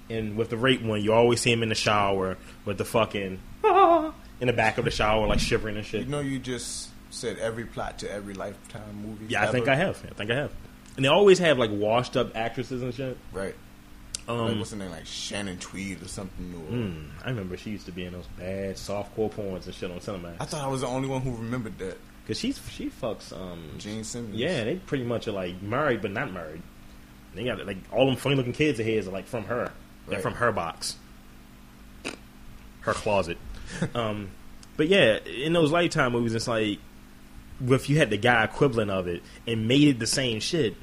and with the rape one you always see him in the shower with the fucking in the back of the shower like shivering and shit
You know, you just said every plot to every Lifetime movie.
yeah I think
ever.
I have I think I have and they always have like washed up actresses and shit
Right.
um.
like, what's her name? Like Shannon Tweed or something. Or,
Mm, I remember she used to be in those bad softcore porns and shit on
I
Cinemax.
thought I was the only one who remembered that.
Cause she's she fucks um
Gene Simmons.
yeah they pretty much are like married but not married. They got like all them funny looking kids of his are like from her. They're
Right.
from her box, her closet. um, but yeah, in those Lifetime movies, it's like if you had the guy equivalent of it and made it the same shit,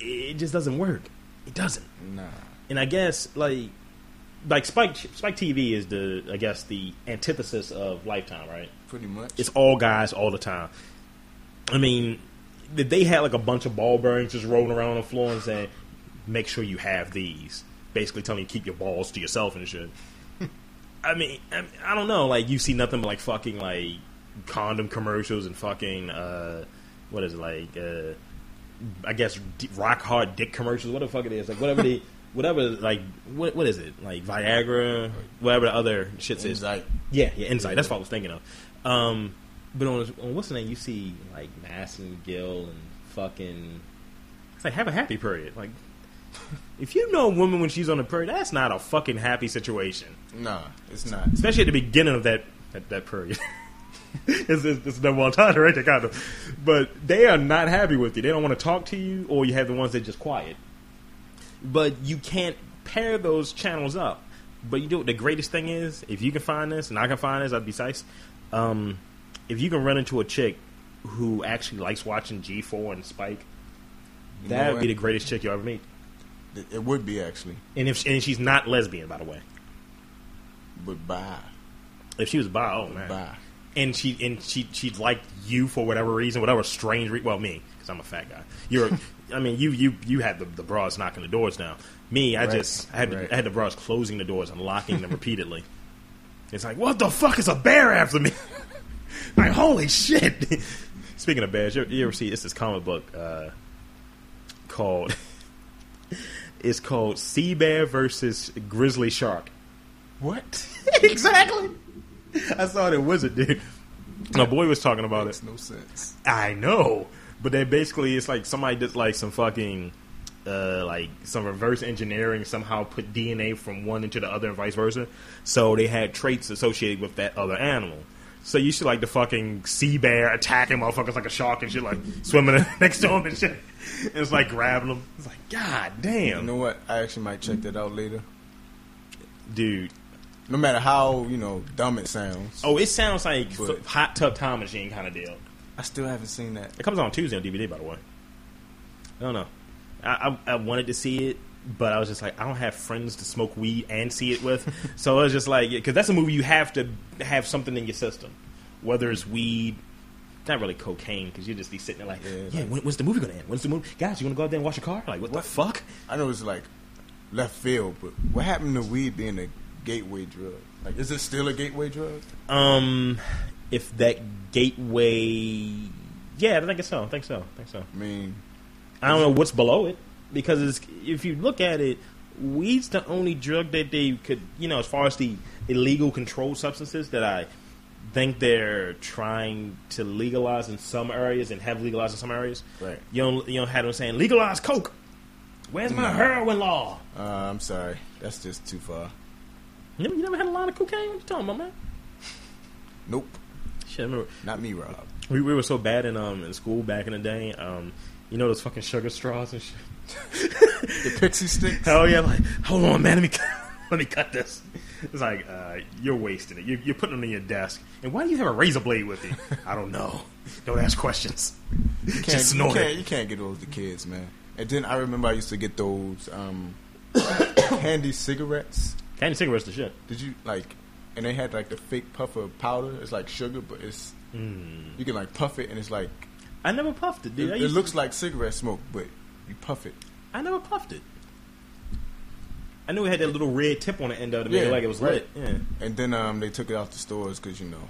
it just doesn't work. It doesn't
Nah.
and I guess like like Spike Spike TV is the I guess the antithesis of Lifetime, right?
Pretty much.
It's all guys all the time. I mean, th- they had like a bunch of ball bearings just rolling around on the floor and saying, "Make sure you have these." Basically, telling you to keep your balls to yourself and shit. I mean, I, I don't know. Like you see nothing but like fucking like condom commercials and fucking uh, what is it like? Uh, I guess d- rock hard dick commercials. What the fuck it is? Like whatever they, whatever like what what is it? Like Viagra, whatever the other shits
It's
is.
like
Yeah, yeah, Insight. That's what I was thinking of. Um, but on, on what's the name? You see like Mass and Gill and fucking. It's like have a happy period. Like if you know a woman when she's on a period, that's not a fucking happy situation.
nah. It's not.
Especially at the beginning of that that, that period. it's, it's, it's double entendre right there, kind of. But they are not happy with you. They don't want to talk to you, or you have the ones that just quiet. But you can't pair those channels up. But you know what the greatest thing is? If you can find this, and I can find this, I'd be sice. Um, if you can run into a chick who actually likes watching G4 and Spike,
You know
that would be the
what?
greatest chick you'll ever meet.
It- It would be actually,
And if and she's not lesbian, by the way.
but bye,
If she was bi, oh man.
bye.
and she and she she liked you for whatever reason, whatever strange re- well me because I'm a fat guy. You're, I mean, you you you had the, the bras knocking the doors down. Me, I
Right.
just I had
Right.
I had the bras closing the doors and locking them repeatedly. It's like what the fuck is a bear after me? like holy shit. Speaking of bears, you, you ever see it's this comic book uh, called it's called Sea Bear versus Grizzly Shark.
What?
exactly. I saw it in Wizard, dude. My boy was talking about it.
Makes no sense.
I know, but they basically it's like somebody did like some fucking uh, like some reverse engineering somehow put DNA from one into the other and vice versa. So they had traits associated with that other animal. So you see like the fucking sea bear attacking motherfuckers like a shark and shit, like swimming next to him and shit. And it's like grabbing them. It's like god damn,
You know what? I actually might check that out later.
dude.
No matter how you know dumb it sounds,
Oh, it sounds like
But-
f- hot tub time machine kind of deal.
I still haven't seen that.
It comes out on Tuesday on DVD, by the way. I don't know. I, I, I wanted to see it, but I was just like, I don't have friends to smoke weed and see it with. so I was just like, because that's a movie you have to have something in your system, whether it's weed, not really cocaine, because you'd just be sitting there like,
Yeah,
yeah,
like-
when, when's the movie going to end? When's the movie? Guys, you want to go out there and wash your car? Like, what, the fuck?
I know it's like left field, but what happened to weed being a gateway drug? Like, is it still a gateway drug?
Um, if that gateway, yeah, I think so. I think so. I think so.
I mean,
I don't know what's below it because it's, if you look at it, weed's the only drug that they could, you know, as far as the illegal controlled substances that I think they're trying to legalize in some areas and have legalized in some areas.
right.
You don't, you don't have them saying legalize coke. Where's my
Nah.
heroin law?
Uh, I'm sorry, that's just too far.
You never, you never had a line of cocaine? What you talking about, man?
Nope,
Shit, I remember
not me, Rob.
we, we were so bad in um in school back in the day. Um, you know those fucking sugar straws and shit.
The pixie sticks.
Hell Oh, yeah! Like, hold on, man. Let me cut, let me cut this. It's like uh, you're wasting it. You're, you're putting them in your desk. And why do you have a razor blade with you? I don't know. Don't ask questions.
You can't,
Just
you,
snort
can't,
it.
you can't get those to kids, man. And then I remember I used to get those um, handy cigarettes.
Candy cigarettes, the shit.
Did you like? And they had like the fake puff of powder. It's like sugar, but it's
Mm.
you can like puff it, and it's like
I never puffed it, dude. I,
it, it
used to-
looks like cigarette smoke, but you puff it.
I never puffed it. I knew it had that little red tip on the end of it to make it
Yeah,
like it was
right.
lit. Yeah.
And then um, they took it out the stores because you know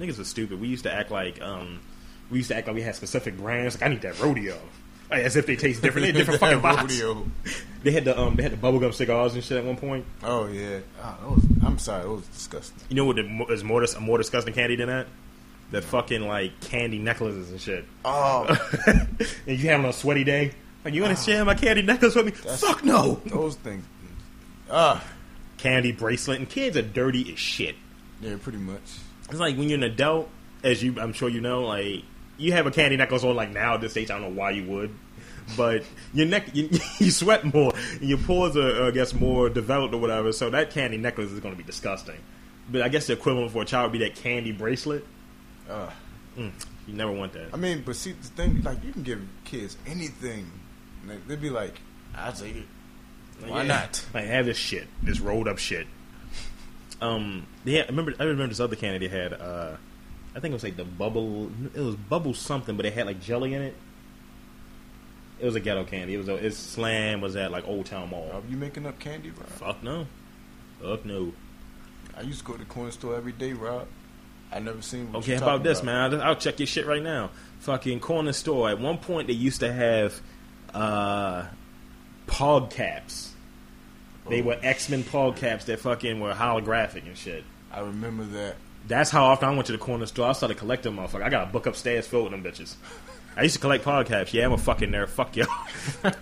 Niggas was stupid. We used to act like um, we used to act like we had specific brands. Like I need that rodeo, like, as if they taste different. They're different fucking
That
box.
rodeo.
They had the um, they had the bubblegum cigars and shit at one point.
Oh yeah, oh, that was, I'm sorry, it was disgusting.
You know what the- is more dis- more disgusting candy than that? The fucking like candy necklaces and shit.
Oh,
and you having a sweaty day? Like you want to share my candy necklace with me? Fuck no.
those things. Ah,
Candy bracelet and kids are dirty as shit.
yeah, pretty much.
It's like when you're an adult, as you, I'm sure you know, like you have a candy necklace on. Like now at this age, I don't know why you would, but your neck, you, you sweat more, and your pores are, uh, I guess, more developed or whatever. So that candy necklace is going to be disgusting. But I guess the equivalent for a child would be that candy bracelet. Mm,
Ah.
You never want that.
I mean, but see, the thing, like, you can give kids anything. Like, they'd be like, I'll take it.
Like,
Why
yeah.
not?
Like have this shit, this rolled up shit. Um, yeah, I remember. I remember this other candy they had. Uh, I think it was like the bubble. It was bubble something, but it had like jelly in it. It was a ghetto candy. It was. A, its slam was at like Old Town
Are
Mall.
"Oh, you making up candy, Rob?
Fuck no. Fuck no.
I used to go to the corner store every day, Rob. I never seen what
Okay,
you're
how about
talking
this, man? I'll, I'll check your shit right now. Fucking corner store. At one point, they used to have uh, pog caps.
Oh,
They were X Men pog caps that fucking were holographic and shit.
I remember that.
That's how often I went to the corner store. I started collecting motherfucker. I got a book upstairs filled with them bitches. I used to collect podcasts. Yeah, I'm a fucking nerd. Fuck y'all. I,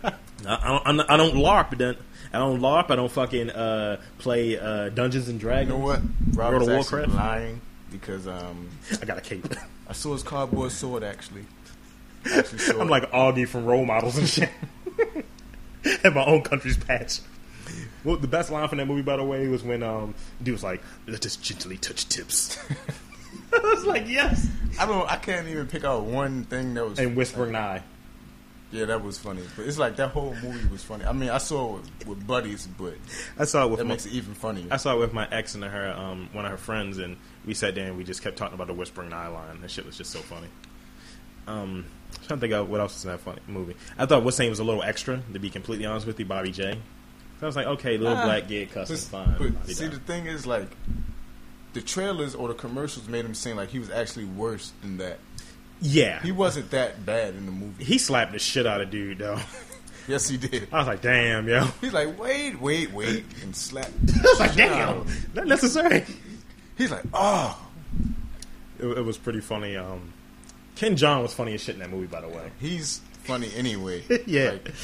I, don't, I'm not- I don't LARP. I don't, I don't LARP. I don't fucking uh, play uh, Dungeons and
You know
Dragons.
what? Rob
World
was
of
actually
Warcraft?
lying because um,
I got a cape.
I saw his cardboard sword, actually. I actually saw
I'm
it.
like Augie from Role Models and shit. and my own country's patch. Well, the best line from that movie, by the way, was when um, dude was like, "Let us gently touch tips." I was like, "Yes,"
I don't. I can't even pick out one thing that was.
and whispering eye.
yeah, that was funny. But it's like that whole movie was funny. I mean, I saw it with, with buddies, but
I saw it with
that
my-
makes it even funnier.
I saw it with my ex and her, um, one of her friends, and we sat down and we just kept talking about the Whispering Eye line. That shit was just so funny. Um, I'm trying to think of what else was in that funny movie. I thought what's name was a little extra, to be completely honest with you, Bobby J. So I was like, okay, little
Ah,
black gay cuss is
Just-
fine.
but
Bobby
see,
J.
the thing is, like, the trailers or the commercials made him seem like he was actually worse than that.
yeah,
He
he,
wasn't that bad in the movie.
slapped the shit out of dude though.
Yes, he did.
I was like, damn, yo.
He's like, wait, wait, wait, and slap.
I was like, damn, not necessary.
He's like, oh,
It, it was pretty funny. Um, Ken John was funny as shit in that movie, by the way.
he's funny anyway.
Yeah.
Like,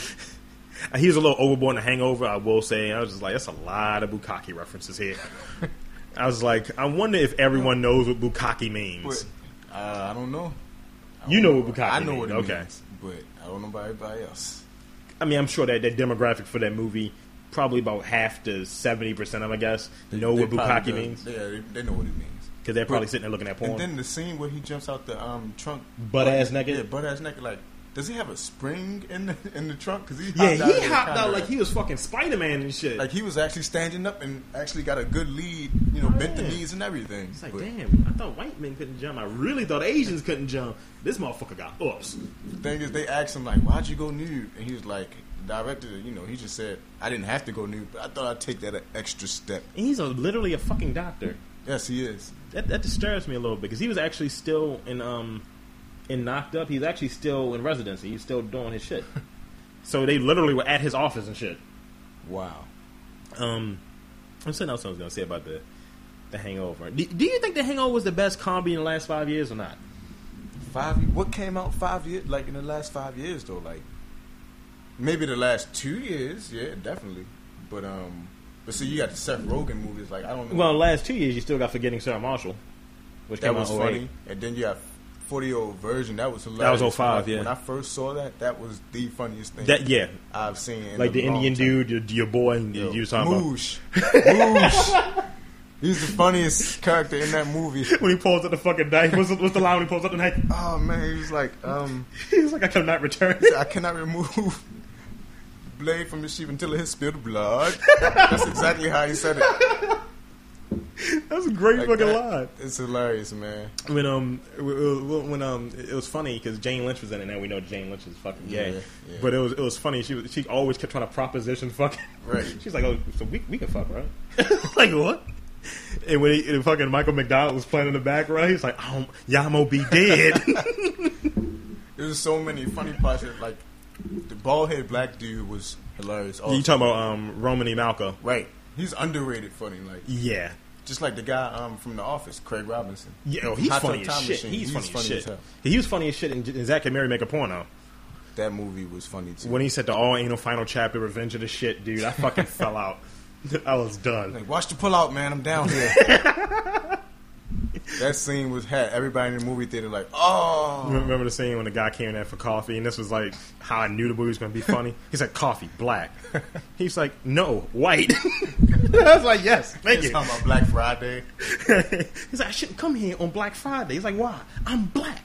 he was a little overboard in the hangover, I will say. I was just like, that's a lot of bukkake references here. I was like, I wonder if everyone knows what bukkake means.
but, uh, I don't know. I
You
don't
know what bukkake
I know what it
means, okay.
means, but I don't know about everybody else.
I mean, I'm sure that that demographic for that movie, probably about half to 70% of I guess, know
They
what
probably
bukkake
do.
means.
Yeah, they, they know what it means.
Because they're probably
But-
sitting there looking at porn.
And then the scene where he jumps out the um trunk,
Butt ass naked?
Yeah, butt ass naked. Like, does he have a spring in the in the trunk? Because he hopped
yeah,
out
he
of
hopped
kinda-
out like he was fucking Spider Man and shit.
like he was actually standing up and actually got a good lead. You know,
Oh,
bent the
yeah.
knees and everything.
it's like,
But
damn, I thought white men couldn't jump. I really thought Asians couldn't jump. This motherfucker got ups.
The thing is, they asked him like, "Why'd you go nude?" And he was like, director, you know, he just said, I didn't have to go nude, but I thought I'd take that a extra step.
And he's a, literally a fucking doctor.
Yes, he is.
That, that disturbs me a little bit because he was actually still in um in knocked up. He's actually still in residency. He's still doing his shit. so they literally were at his office and shit.
Wow.
Um, I'm something else I was gonna say about the the Hangover. Do, do you think the Hangover was the best comedy in the last five years or not?
Five. What came out five years? Like in the last five years, though, like maybe the last two years. Yeah, definitely. But um, but see, you got the Seth Rogen movies. Like I don't know.
Well, the last two years you still got Forgetting Sarah Marshall, which
that
came
was
out
funny.
08.
And then you got forty year old version. That was hilarious.
was 05,
Like,
yeah.
When I first saw that, that was the funniest thing
That yeah,
I've seen. In
like
a
the
long
Indian
time.
dude, your, your boy, you you was talking about
Moosh. Moosh. He's the funniest character in that movie.
when he pulls up the fucking knife. What's the, what's the line when he pulls up the knife?
Oh man, he was like, um,
He's like, I cannot return.
he said, I cannot remove blade from his sheep until it has spilled blood. That's exactly how he said it.
That's a great
Like
fucking
that.
line.
It's hilarious, man.
When um w- w- when um it was funny because Jane Lynch was in it. Now we know Jane Lynch is fucking gay,
Yeah, yeah.
but it was it was funny. She was she always kept trying to proposition fucking.
Right.
She's like, oh, so we we can fuck, right? like what? And when he, and fucking Michael McDonald was playing in the back, right? He's like, oh, Yamo be dead.
There's so many funny parts. That, like the bald head black dude was hilarious. Also.
you talking about um Romany Malco?
right? He's underrated funny, like
Yeah.
just like the guy um from The Office, Craig Robinson.
Yeah, oh, he's
Hot Tub
funny as
Time
shit.
Machine.
He's,
He's
funny,
funny
as
as
shit.
hell.
he was funny as shit in, in Zach and Mary Make a Porno.
That movie was funny too.
When he said the all anal final chapter, Revenge of the Shit, dude, I fucking fell out. I was done.
Like, watch the pullout, man. I'm down here. that scene was had everybody in the movie theater like,
I
oh,
remember the scene when the guy came in for coffee, and this was like how I knew the movie was going to be funny. He said, "Coffee, black." He's like, "No, white." I was like, "Yes, thank
it's
you."
talking about Black Friday.
He's like, "I shouldn't come here on Black Friday." He's like, "Why? I'm black."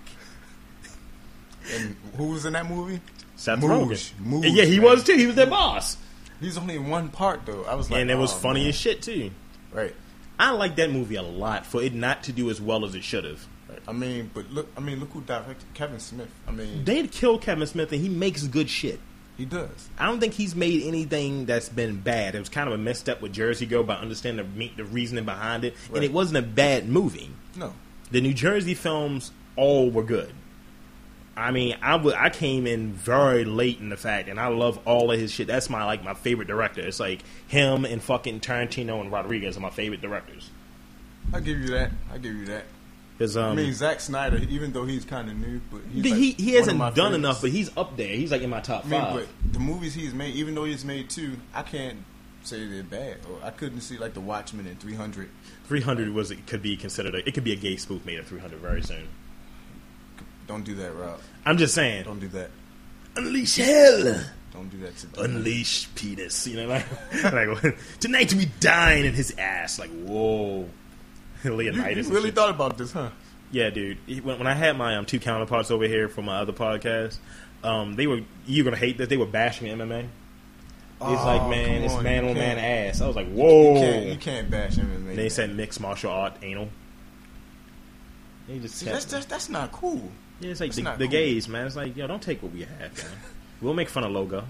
And who was in that movie?
Seth
Mooj.
Rogen.
Mooj,
yeah, he
man.
was too. He was their boss,
He's only in one part though. I was like,
and it was
"Oh,
funny
man."
as shit too.
Right.
I like that movie a lot for it not to do as well as it should have.
right. I mean, but look, I mean, look who directed Kevin Smith. I mean,
They had killed Kevin Smith, and he makes good shit.
he does.
I don't think he's made anything that's been bad. It was kind of a messed up with Jersey Go, but I understand the me- the reasoning behind it,
Right.
and it wasn't a bad movie.
No,
The New Jersey films all were good. I mean, I wa- I came in very late in the fact, and I love all of his shit. That's my like my favorite director. It's like him and fucking Tarantino and Rodriguez are my favorite directors.
I give you that. I give you that.
'Cause,
I
um,
mean, Zack Snyder, even though he's kind of new, but he's
the-
like,
he he
one of
hasn't
my
done
favorites.
enough, but he's up there. He's like in my top
I mean,
five.
but the movies he's made, even though he's made two, I can't say they're bad. Or I couldn't see like The Watchmen and 300.
Three hundred was could be considered. A, it could be a gay spoof made of three hundred very soon.
Don't do that, Rob.
I'm just saying.
Don't do that.
Unleash hell.
Don't do that today.
Unleash penis. You know, like, like tonight we dine in his ass. Like, whoa.
you,
Leonidas.
you
and
really
shit.
thought about this, huh?
Yeah, dude. He- When, when I had my um, two counterparts over here for my other podcast, um, they were you're gonna hate that they were bashing me MMA. He's like,
Oh,
man,
come
it's
on,
man
you
on man
can't-
ass. I was like,
You
whoa.
can't, you can't bash him.
And they said mixed martial art anal. They just
See,
kept-
that's, that's, that's not cool.
Yeah, it's like
That's
the,
not
the
cool.
gays, man. It's like, yo, don't take what we have, man. we'll make fun of Logo.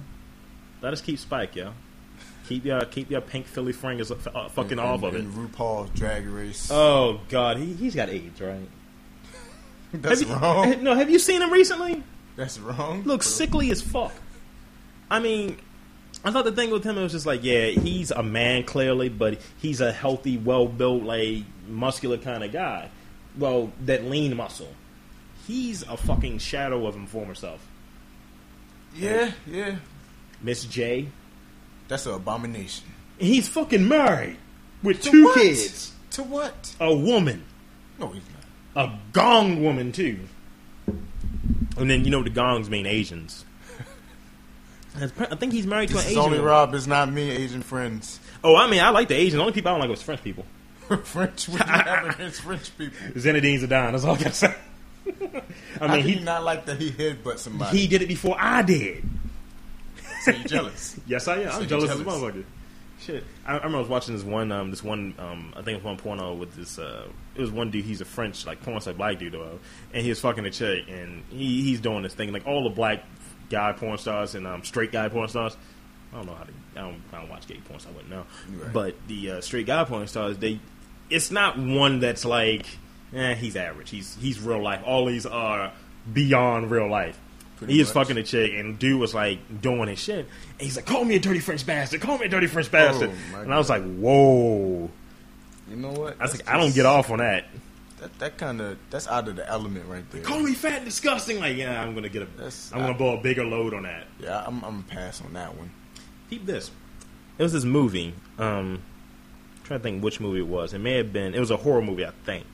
Let us keep Spike, yo. Keep your keep your pink Philly fingers up- uh, fucking
And-
off of it.
and RuPaul's Drag Race.
Oh God, he he's got AIDS, right?
that's
Have you- eh,
wrong.
No, have you seen him recently?
That's wrong.
Looks sickly as fuck. I mean, I thought the thing with him it was just like, yeah, he's a man clearly, but he's a healthy, well built, like muscular kind of guy. Well, that lean muscle. He's a fucking shadow of his former self.
Yeah, yeah.
Miss J,
That's an abomination.
He's fucking married with
To
two
what?
kids,
To what?
a woman,
No, he's not.
a gong woman too. And then you know the gongs mean Asians. That's pr- I think he's married to
This
an
is
Asian.
only
woman.
Rob. It's not me, Asian friends.
Oh, I mean, I like the Asians. The only people I don't like was French people.
French. What do you have against French people?
Zinedine Zidane. That's all I gotta say. I
I
mean,
mean,
he
not like that he headbutt somebody.
he did it before I did.
so you jealous?
Yes, I am.
So
I'm
you
jealous, as a
jealous.
motherfucker. Shit, I, I remember I was watching this one, um, this one, um, I think it was one porno with this. Uh, it was one dude. He's a French, like porn star black dude, though, and he was fucking a chick, and he, he's doing this thing. Like all the black guy porn stars and um, straight guy porn stars. I don't know how to. I don't, I don't watch gay porn, so I wouldn't know.
Right.
But the uh, straight guy porn stars, they it's not one that's like, eh, he's average. He's he's real life. All these are beyond real life.
Pretty
he is
much.
fucking a chick, and dude was like doing his shit. And he's like, "Call me a dirty French bastard. Call me a dirty French bastard."
my
and I was like, "Whoa!"
You know what?
I was
That's
like, "I don't
just-
get off on that."
That, that kind of that's out of the element right there.
Call me fat and disgusting. Like, yeah, I'm gonna get a.
That's-
am gonna blow a bigger load on that.
Yeah, I'm I'm gonna pass on that one.
Keep this. It was this movie. Um, I'm trying to think which movie it was. It may have been. It was a horror movie, I think.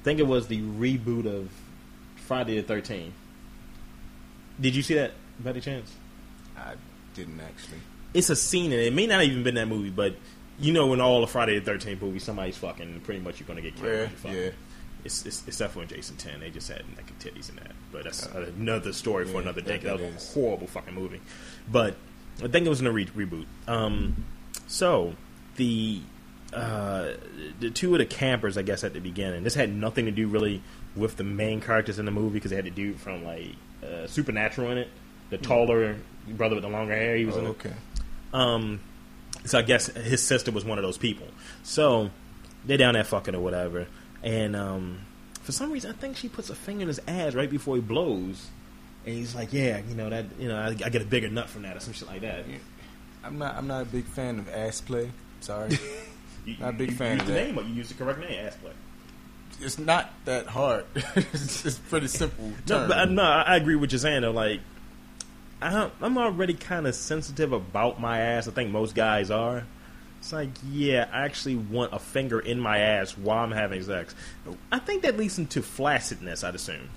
I think it was the reboot of Friday the Thirteenth. Did you see that by any chance?
I didn't actually.
It's a scene, and it may not have even been that movie, but you know, in all the Friday the Thirteenth movies, somebody's fucking. and Pretty much, you're gonna get killed.
Yeah,
if you fuck.
yeah.
It's, it's, except for in Jason Ten, they just had naked titties in that. But that's another story for
Yeah,
another day. 'cause
that
That was
is.
a horrible fucking movie. But I think it was in a re- reboot. Um, so the uh, the two of the campers, I guess, at the beginning. This had nothing to do really with the main characters in the movie because they had the dude from like uh, Supernatural in it, the taller brother with the longer hair. He was in
Mm-hmm. Oh,
it.
okay.
Um, so I guess his sister was one of those people. So they're down there fucking or whatever, and um, for some reason I think she puts a finger in his ass right before he blows, and he's like, "Yeah, you know that, you know, I, I get a bigger nut from that or some shit like that."
Yeah. I'm not I'm not a big fan of ass play. Sorry,
You,
Not a big
you
fan
Use
of
the
that.
name, but you use the correct name. Ass play.
it's not that hard. it's, it's pretty simple.
No,
Term.
but, uh, no, I I agree with what you're saying. Though, like, I, I'm already kind of sensitive about my ass. I think most guys are. It's like, yeah, I actually want a finger in my ass while I'm having sex. I think that leads into flaccidness. I'd assume.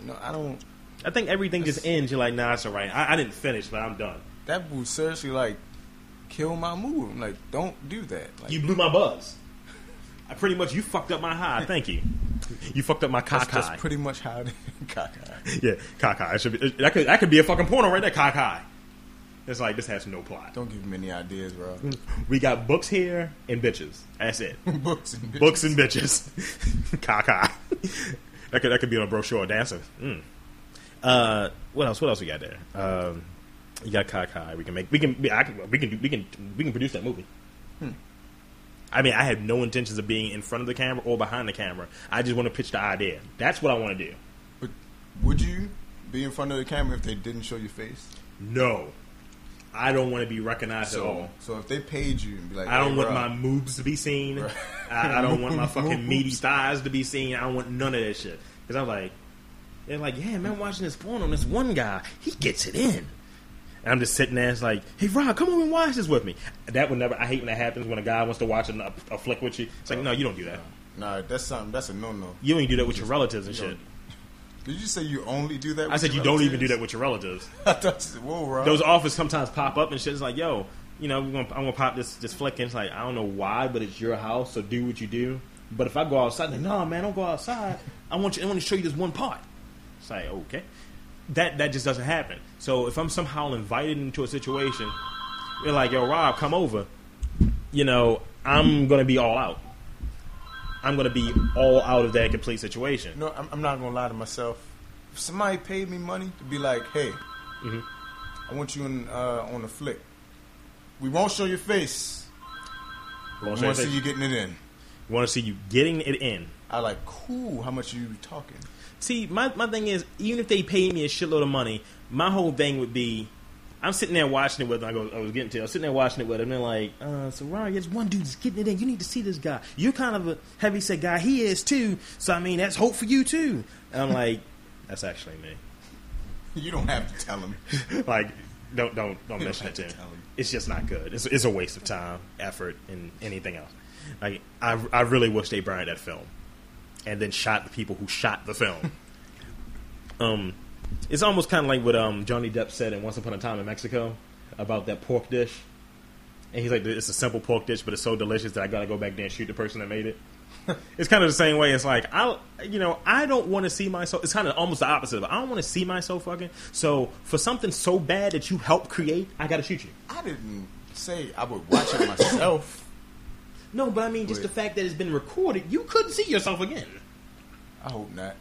you know, I don't.
I think everything just
That's-
ends. You're like, nah, it's all right. I, I didn't finish, but I'm done.
That would seriously like kill my mood. I'm like, don't do that. Like,
You blew my buzz. I pretty much you fucked up my high. Thank you. You fucked up my cock
that's just
high.
pretty much how. It, cock eye.
yeah, cock high. It should be, that could that could be a fucking porno right there. Cock high. It's like this has no plot.
Don't give me any ideas, bro.
Mm. We got books here and bitches. That's it.
Books and bitches.
Books and bitches. Caca. that could that could be on a brochure or dancing. Mm. Uh, what else? What else we got there? Um, you got caca. We can make. We can. We, I can. We can. do- We can. We can produce that movie. I mean, I had no intentions of being in front of the camera or behind the camera. I just want to pitch the idea. That's what I want to do.
But would you be in front of the camera if they didn't show your face?
No, I don't want to be recognized at all.
So, so if they paid you and be like,
I don't
"Hey,
want
bro,
my moobs to be seen.
Bruh.
I, I don't want my fucking
Moobs.
meaty thighs to be seen. I don't want none of that shit. Because I'm like, they're like, yeah, man, I'm watching this porn on this one guy. He gets it in. And I'm just sitting there, it's like, hey, Rob, come over and watch this with me. That would never, I hate when that happens when a guy wants to watch a, a flick with you. It's like, no, you don't do that.
Nah, that's something. That's a no no.
You ain't do that with your relatives and shit.
Did you say you only do that?
I said, you don't even do that with your relatives.
I thought you said, whoa, bro.
Those offers sometimes pop up and shit. It's like, yo, you know, we're gonna, I'm gonna pop this this flick in. It's like, I don't know why, but it's your house, so do what you do. But if I go outside, like, no, man, don't go outside. I want you. I want to show you this one part. It's like, okay, that that just doesn't happen. So if I'm somehow invited into a situation, you're like, yo, Rob, come over. You know, I'm gonna be all out. I'm gonna be all out of that complete situation.
no, I'm, I'm not gonna lie to myself. If somebody paid me money to be like, hey,
Mm-hmm.
I want you in, uh, on a flick. We won't show your face.
Want
We want to see you getting it in.
want to see you getting it in.
I like, cool. How much you talking?
See, my, my thing is, even if they paid me a shitload of money, my whole thing would be, I'm sitting there watching it with. I, go, I was getting to. I was sitting there watching it with him. And they're like, uh, so Ron, there's one dude that's getting it in. You need to see this guy. You're kind of a heavy set guy. He is too. So I mean, that's hope for you too. And I'm like, that's actually me.
You don't have to tell him.
Like, don't don't don't mention it to him.
Tell him.
It's just not good. It's, it's a waste of time, effort, and anything else. Like, I I really wish they burned that film, and then shot the people who shot the film. um, it's almost kind of like what um, Johnny Depp said in Once Upon a Time in Mexico about that pork dish. And he's like, it's a simple pork dish, but it's so delicious that I gotta go back there and shoot the person that made it. it's kind of the same way. It's like I, you know, I don't want to see myself. It's kind of almost the opposite. of it. I don't want to see myself fucking. So for something so bad that you helped create, I gotta shoot you.
I didn't say I would watch it myself.
No, but I mean, just
Wait.
the fact that it's been recorded, you could see yourself again.
I hope not.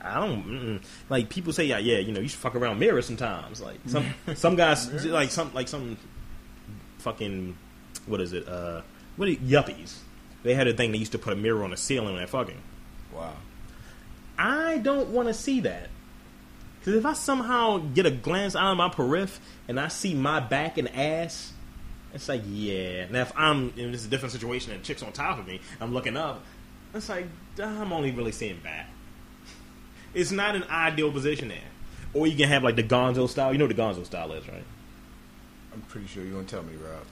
I don't mm-mm. like people say yeah, yeah, you know, you should fuck around mirrors sometimes. Like some some guys
Mirrors?
like some like some fucking what is it? Uh what are, yuppies. They had a thing they used to put a mirror on the ceiling when they fucking.
Wow.
I don't want to see that. Because if I somehow get a glance out of my periph and I see my back and ass, it's like, yeah. Now, if I'm in this different situation and chick's on top of me, I'm looking up, it's like, duh, I'm only really seeing back. It's not an ideal position there. Or you can have like the gonzo style. You know what the gonzo style is, right?
I'm pretty sure you're gonna tell me, Rob.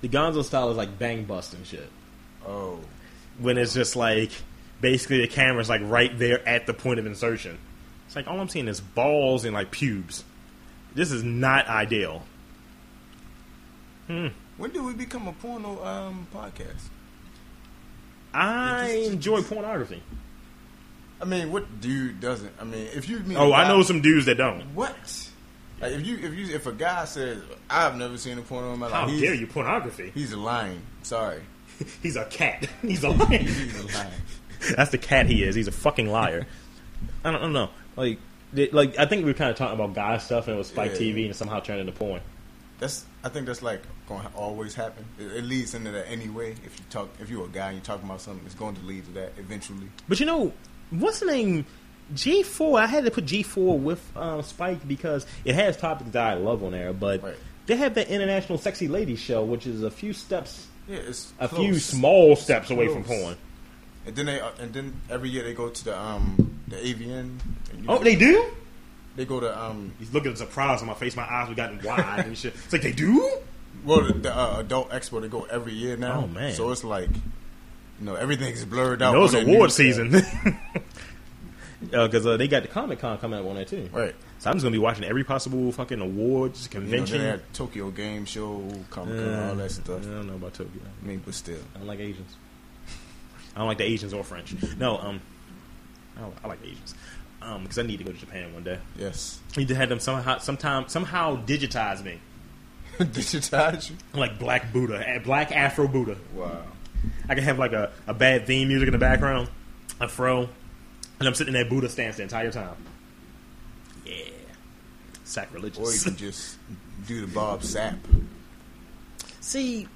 The gonzo style is like bang busting shit.
Oh,
When it's just like, basically the camera's like right there at the point of insertion. It's like all I'm seeing is balls and like pubes. This is not ideal.
when did we become a porno um, podcast?
I
It just-
enjoy pornography.
I mean, what dude doesn't? I mean, if you mean
Oh, I know
guy-
some dudes that don't.
What? Like if you if you if a guy says I've never seen a porno in my life,
How
he's,
dare you, pornography?
He's lying. Sorry,
He's a cat. He's a liar.
he's lying.
That's the cat he is. He's a fucking liar. I don't, I don't know. Like, they- like I think we were kind of talking about guy stuff, and it was Spike
Yeah.
TV, and it somehow turned into porn.
That's I think that's like going to always happen. It, it leads into that anyway. If you talk, if you're a guy and you're talking about something, it's going to lead to that eventually.
But you know, what's the name? G four. I had to put G four with um, Spike because it has topics that I love on there. But
Right.
they have that international sexy lady show, which is a few steps,
Yeah, it's
a
close.
few small steps away from
Close.
porn.
And then they uh, and then every year they go to the um the AVN. and you-
Oh, they do.
they go to um
He's looking surprised on my face. My eyes were gotten wide and shit. It's like they do.
well the, the uh, adult expo they go every year now.
Oh, man.
so it's like you know everything's blurred
No,
out.
it's
on that
award
newscast.
season. Because uh, they got the Comic Con coming up on that too.
right?
So I'm just gonna be watching every possible fucking awards
You know,
convention. Uh,
then they had Tokyo Game Show, Comic Con, all that stuff.
I don't know about Tokyo.
I mean, but still,
I don't like Asians. I don't like the Asians or French. No, um, I, don't- I like the Asians. Um, because I need to go to Japan one day.
yes.
Need to have them somehow, sometime, somehow digitize me,
Digitize you?
like Black Buddha, eh, Black Afro Buddha.
Wow.
I can have like a, a bad theme music in the background, a fro, and I'm sitting in that Buddha stance the entire time. Yeah.
Or you
Sacrilegious.
can just do the Bob Sap.
See,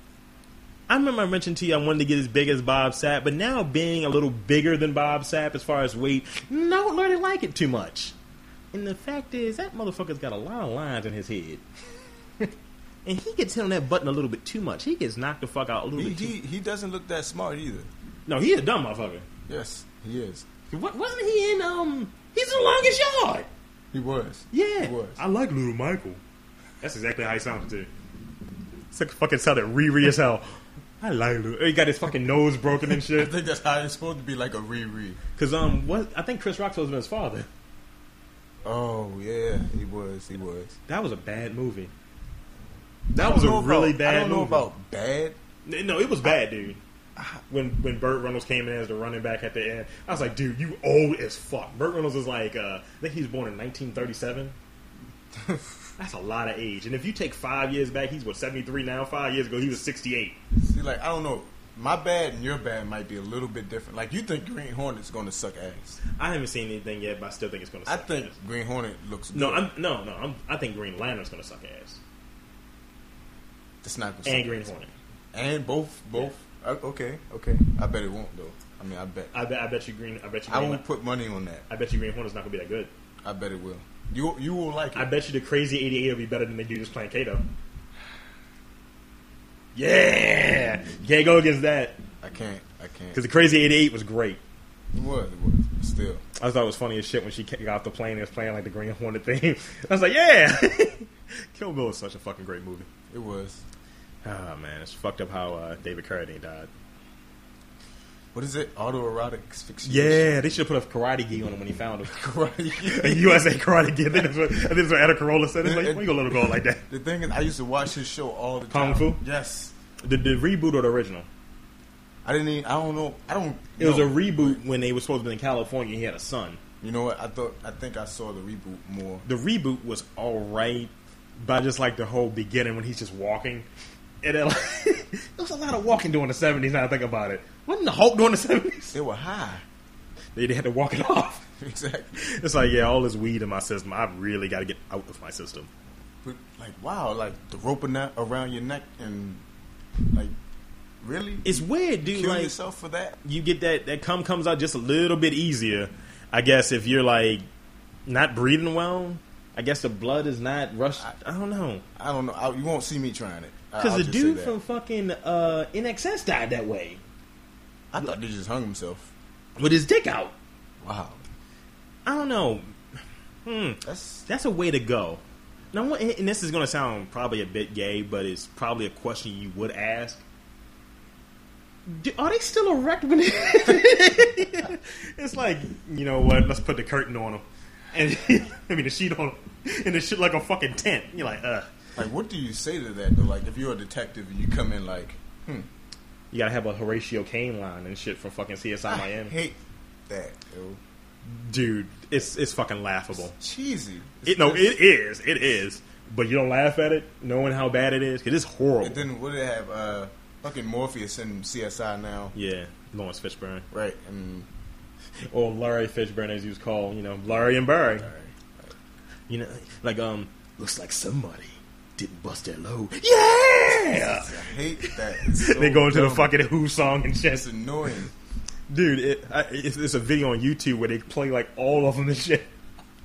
I remember I mentioned to you I wanted to get as big as Bob Sapp, but now being a little bigger than Bob Sapp as far as weight, don't really like it too much. And the fact is, that motherfucker's got a lot of lines in his head. and he gets hit on that button a little bit too much. He gets knocked the fuck out a little
He,
bit too
he he doesn't look that smart either.
No, he's a dumb motherfucker.
Yes, he is.
What, wasn't he in, um, he's in the longest yard?
He was.
Yeah.
He was.
like Little Michael. That's exactly how he sounds too. It's like fucking sounding Riri as hell. I like Little. He got his fucking nose broken and
I
shit.
think that's how it's supposed to be like a Riri.
Cause um, what I think Chris Rock's was his father.
Oh yeah, he was. He was.
That was a bad movie.
I
That
don't
was a
know
really
about-
bad
I don't know
movie.
about bad.
N- No, it was bad, dude. When when Burt Reynolds came in as the running back at the end, I was like, dude, you old as fuck. Burt Reynolds is like, uh, I think he was born in 1937. That's a lot of age. And if you take five years back, he's what 73 now. Five years ago, he was 68.
See, like I don't know. My bad and your bad might be a little bit different. Like you think Green Hornet's going to suck ass.
I haven't seen anything yet, but I still think it's gonna.
I
Suck
think
ass.
Green Hornet looks.
No,
good.
I'm no no. I'm, I think Green Lantern's gonna suck ass
That's not gonna suck
and Green Hornet.
And both, both. Uh, okay, okay. I bet it won't though. I mean, I bet.
I bet I bet you Green. I bet you.
I
Green Lan-
won't put money on that.
I bet you Green Hornet's not gonna be that good.
I bet it will. You you will like
I
it.
bet you the Crazy 88 will be better than they do just playing Kato. Yeah! Can't go against that.
I can't. I can't.
Because the Crazy 88 was great.
It was. It was. but Still.
I thought it was funny as shit when she ca- got off the plane and was playing like the Green Hornet theme. I was like, yeah! Kill Bill is such a fucking great movie.
It was.
Ah, man. It's fucked up how uh, David Carradine died.
What is it? Autoerotic asphyxiation.
Yeah, they should have put a karate gi on him when he found him.
Karate.
A USA karate gi. I think that's what, I think that's what Etta Carolla said. It's like, why you gonna let him go like that?
the thing is, I used to watch his show all the
Kung
time.
Fu?
Yes.
The, the reboot or the original?
I didn't. Even, I don't know. I don't.
It was a
know.
reboot when they were supposed to be in California and he had a son.
You know what? I thought. I think I saw the reboot more.
the reboot was all right, but I just like the whole beginning when he's just walking. And it, like, there was a lot of walking during the seventies. Now I think about it, wasn't the Hulk during the seventies?
They were high.
They had to walk it off.
exactly.
It's like, yeah, all this weed in my system. I really got to get out of my system.
But like, wow, like the rope a- na- around your neck and like, really,
It's weird, dude.
kill
like,
yourself for that.
you get that that cum comes out just a little bit easier, I guess. If you're like not breathing well, I guess the blood is not rushed. I, don't know
I don't know. I, you won't see me trying it I-
because
I'll
the
just say
dude
that.
from fucking uh, NXS died that way
I thought they just hung himself.
with his dick out.
Wow,
I don't know.
that's
That's a way to go. Now, what- and this is going to sound probably a bit gay, but it's probably a question you would ask. Do, are they still erect when? it's like you know what? Let's put the curtain on them, and I mean the sheet on them, and the shit like a fucking tent. You're like, uh,
like, what do you say to that though? Like, if you're a detective and you come in like, hmm,
you gotta have a Horatio Kane line and shit from fucking CSI Miami,
hate that, yo.
dude. It's it's fucking laughable.
cheesy. It's-
It, no,
it's-
it is, it is. But you don't laugh at it, knowing how bad it is, 'cause it's horrible.
And then what did it have? Uh, fucking Morpheus in CSI now,
yeah, Lawrence Fishburne.
right? And
or Larry Fishburne, as he was called, you know, Larry and Barry. You know, like um, looks like somebody didn't bust their load. Yeah,
I hate that. It's so
they go into the
dumb.
fucking Who song and
It's
shit.
annoying.
Dude, it, I, it's, it's a video on YouTube where they play like all of them and shit.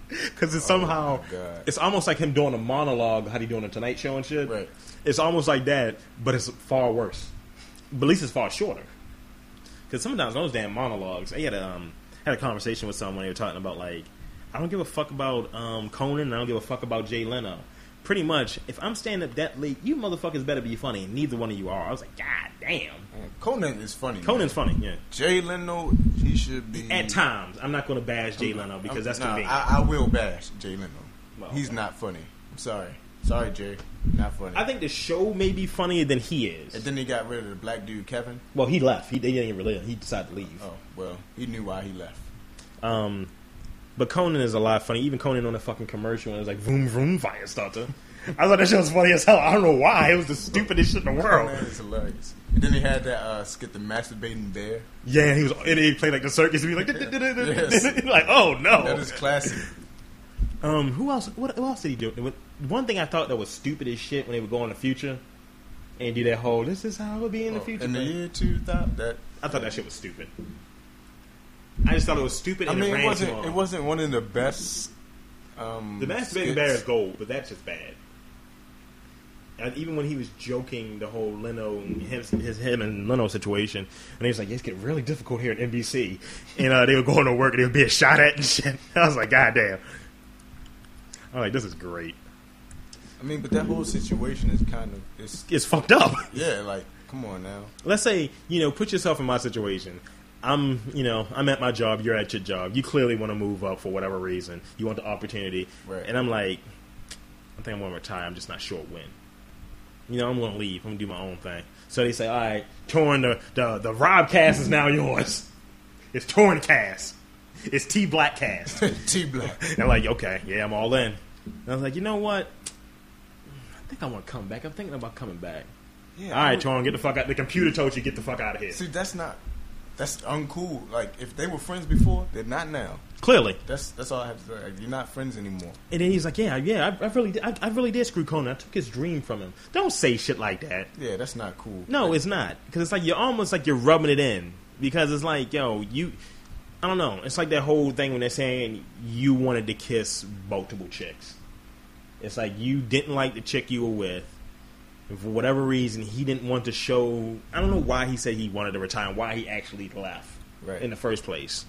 Because it's somehow,
Oh my God.
it's almost like him doing a monologue, how he doing a Tonight Show and shit.
Right.
It's almost like that, but it's far worse. But at least it's far shorter. Because sometimes those damn monologues, I had a, um, had a conversation with someone. They were talking about like, I don't give a fuck about um, Conan. and I don't give a fuck about Jay Leno. Pretty much, if I'm standing up that late, you motherfuckers better be funny. And neither one of you are. I was like, God damn.
Oh Conan is funny. man.
Conan's funny, yeah.
Jay Leno, he should be
At times, I'm not going to bash Jay Leno because
I'm-
that's
nah,
convenient.
I, I will bash Jay Leno.
Well,
He's
okay.
not funny. I'm sorry. Sorry, Jay. Not funny.
I think the show may be funnier than he is.
and then they got rid of the black dude Kevin.
Well, he left. He they didn't even really. He decided to leave.
Oh well, he knew why he left.
Um, but Conan is a lot funny. Even Conan on the fucking commercial, and it was like vroom vroom firestarter. I thought that shit was funny as hell. I don't know why. It was the stupidest shit in the
Oh,
world.
man, it's hilarious. And then they had that uh, skit, the masturbating bear.
Yeah, and he was. And he played like the circus, and he was like,
Yes.
like oh
That
no.
is classic.
Um, who else? What, what else did he do? What- One thing I thought that was stupid as shit when they would go in the future and do that whole "this is how it will be in the future."
in the
thing.
year two thousand, that
I thought that shit was stupid. I just thought it was stupid.
I
And
mean,
it,
it
ran
wasn't.
too long.
It wasn't one of the best. Um,
The masturbating
skits.
bear is gold, but that's just bad. And even when he was joking, the whole Leno and his, his him and Leno situation, and he was like, "It's getting really difficult here at NBC," and uh, they were going to work and they were being shot at and shit. I was like, "God damn!" I'm like, "This is great.
I mean, but that whole situation is kind of it's
It's fucked up."
yeah. Like, come on now.
Let's say you know, put yourself in my situation. I'm, you know, I'm at my job. You're at your job. You clearly want to move up for whatever reason. You want the opportunity,
Right.
and I'm like, I think I'm going to retire. I'm just not sure when. You know, I'm going to leave. I'm going to do my own thing. So they say, all right, torn the the the Rob cast is now yours. It's torn cast. It's T Black cast.
T Black.
And like, okay, yeah, I'm all in. And I was like, you know what? I think I want to come back. I'm thinking about coming back.
Yeah.
All
I
right,
would-
Torn, get the fuck out. The computer told you get the fuck out of here.
See, that's not. That's uncool. Like, if they were friends before, they're not now.
Clearly,
That's that's all I have to say. Like, you're not friends anymore.
and then he's like, "Yeah, yeah, I, I really, did, I, I really did screw Conan. I took his dream from him. Don't say shit like that.
Yeah, that's not cool.
No, it's not because it's like you're almost like you're rubbing it in because it's like, yo, you, I don't know. It's like that whole thing when they're saying you wanted to kiss multiple chicks. It's like you didn't like the chick you were with. And for whatever reason, he didn't want to show. I don't know why he said he wanted to retire and why he actually left
Right.
in the first place.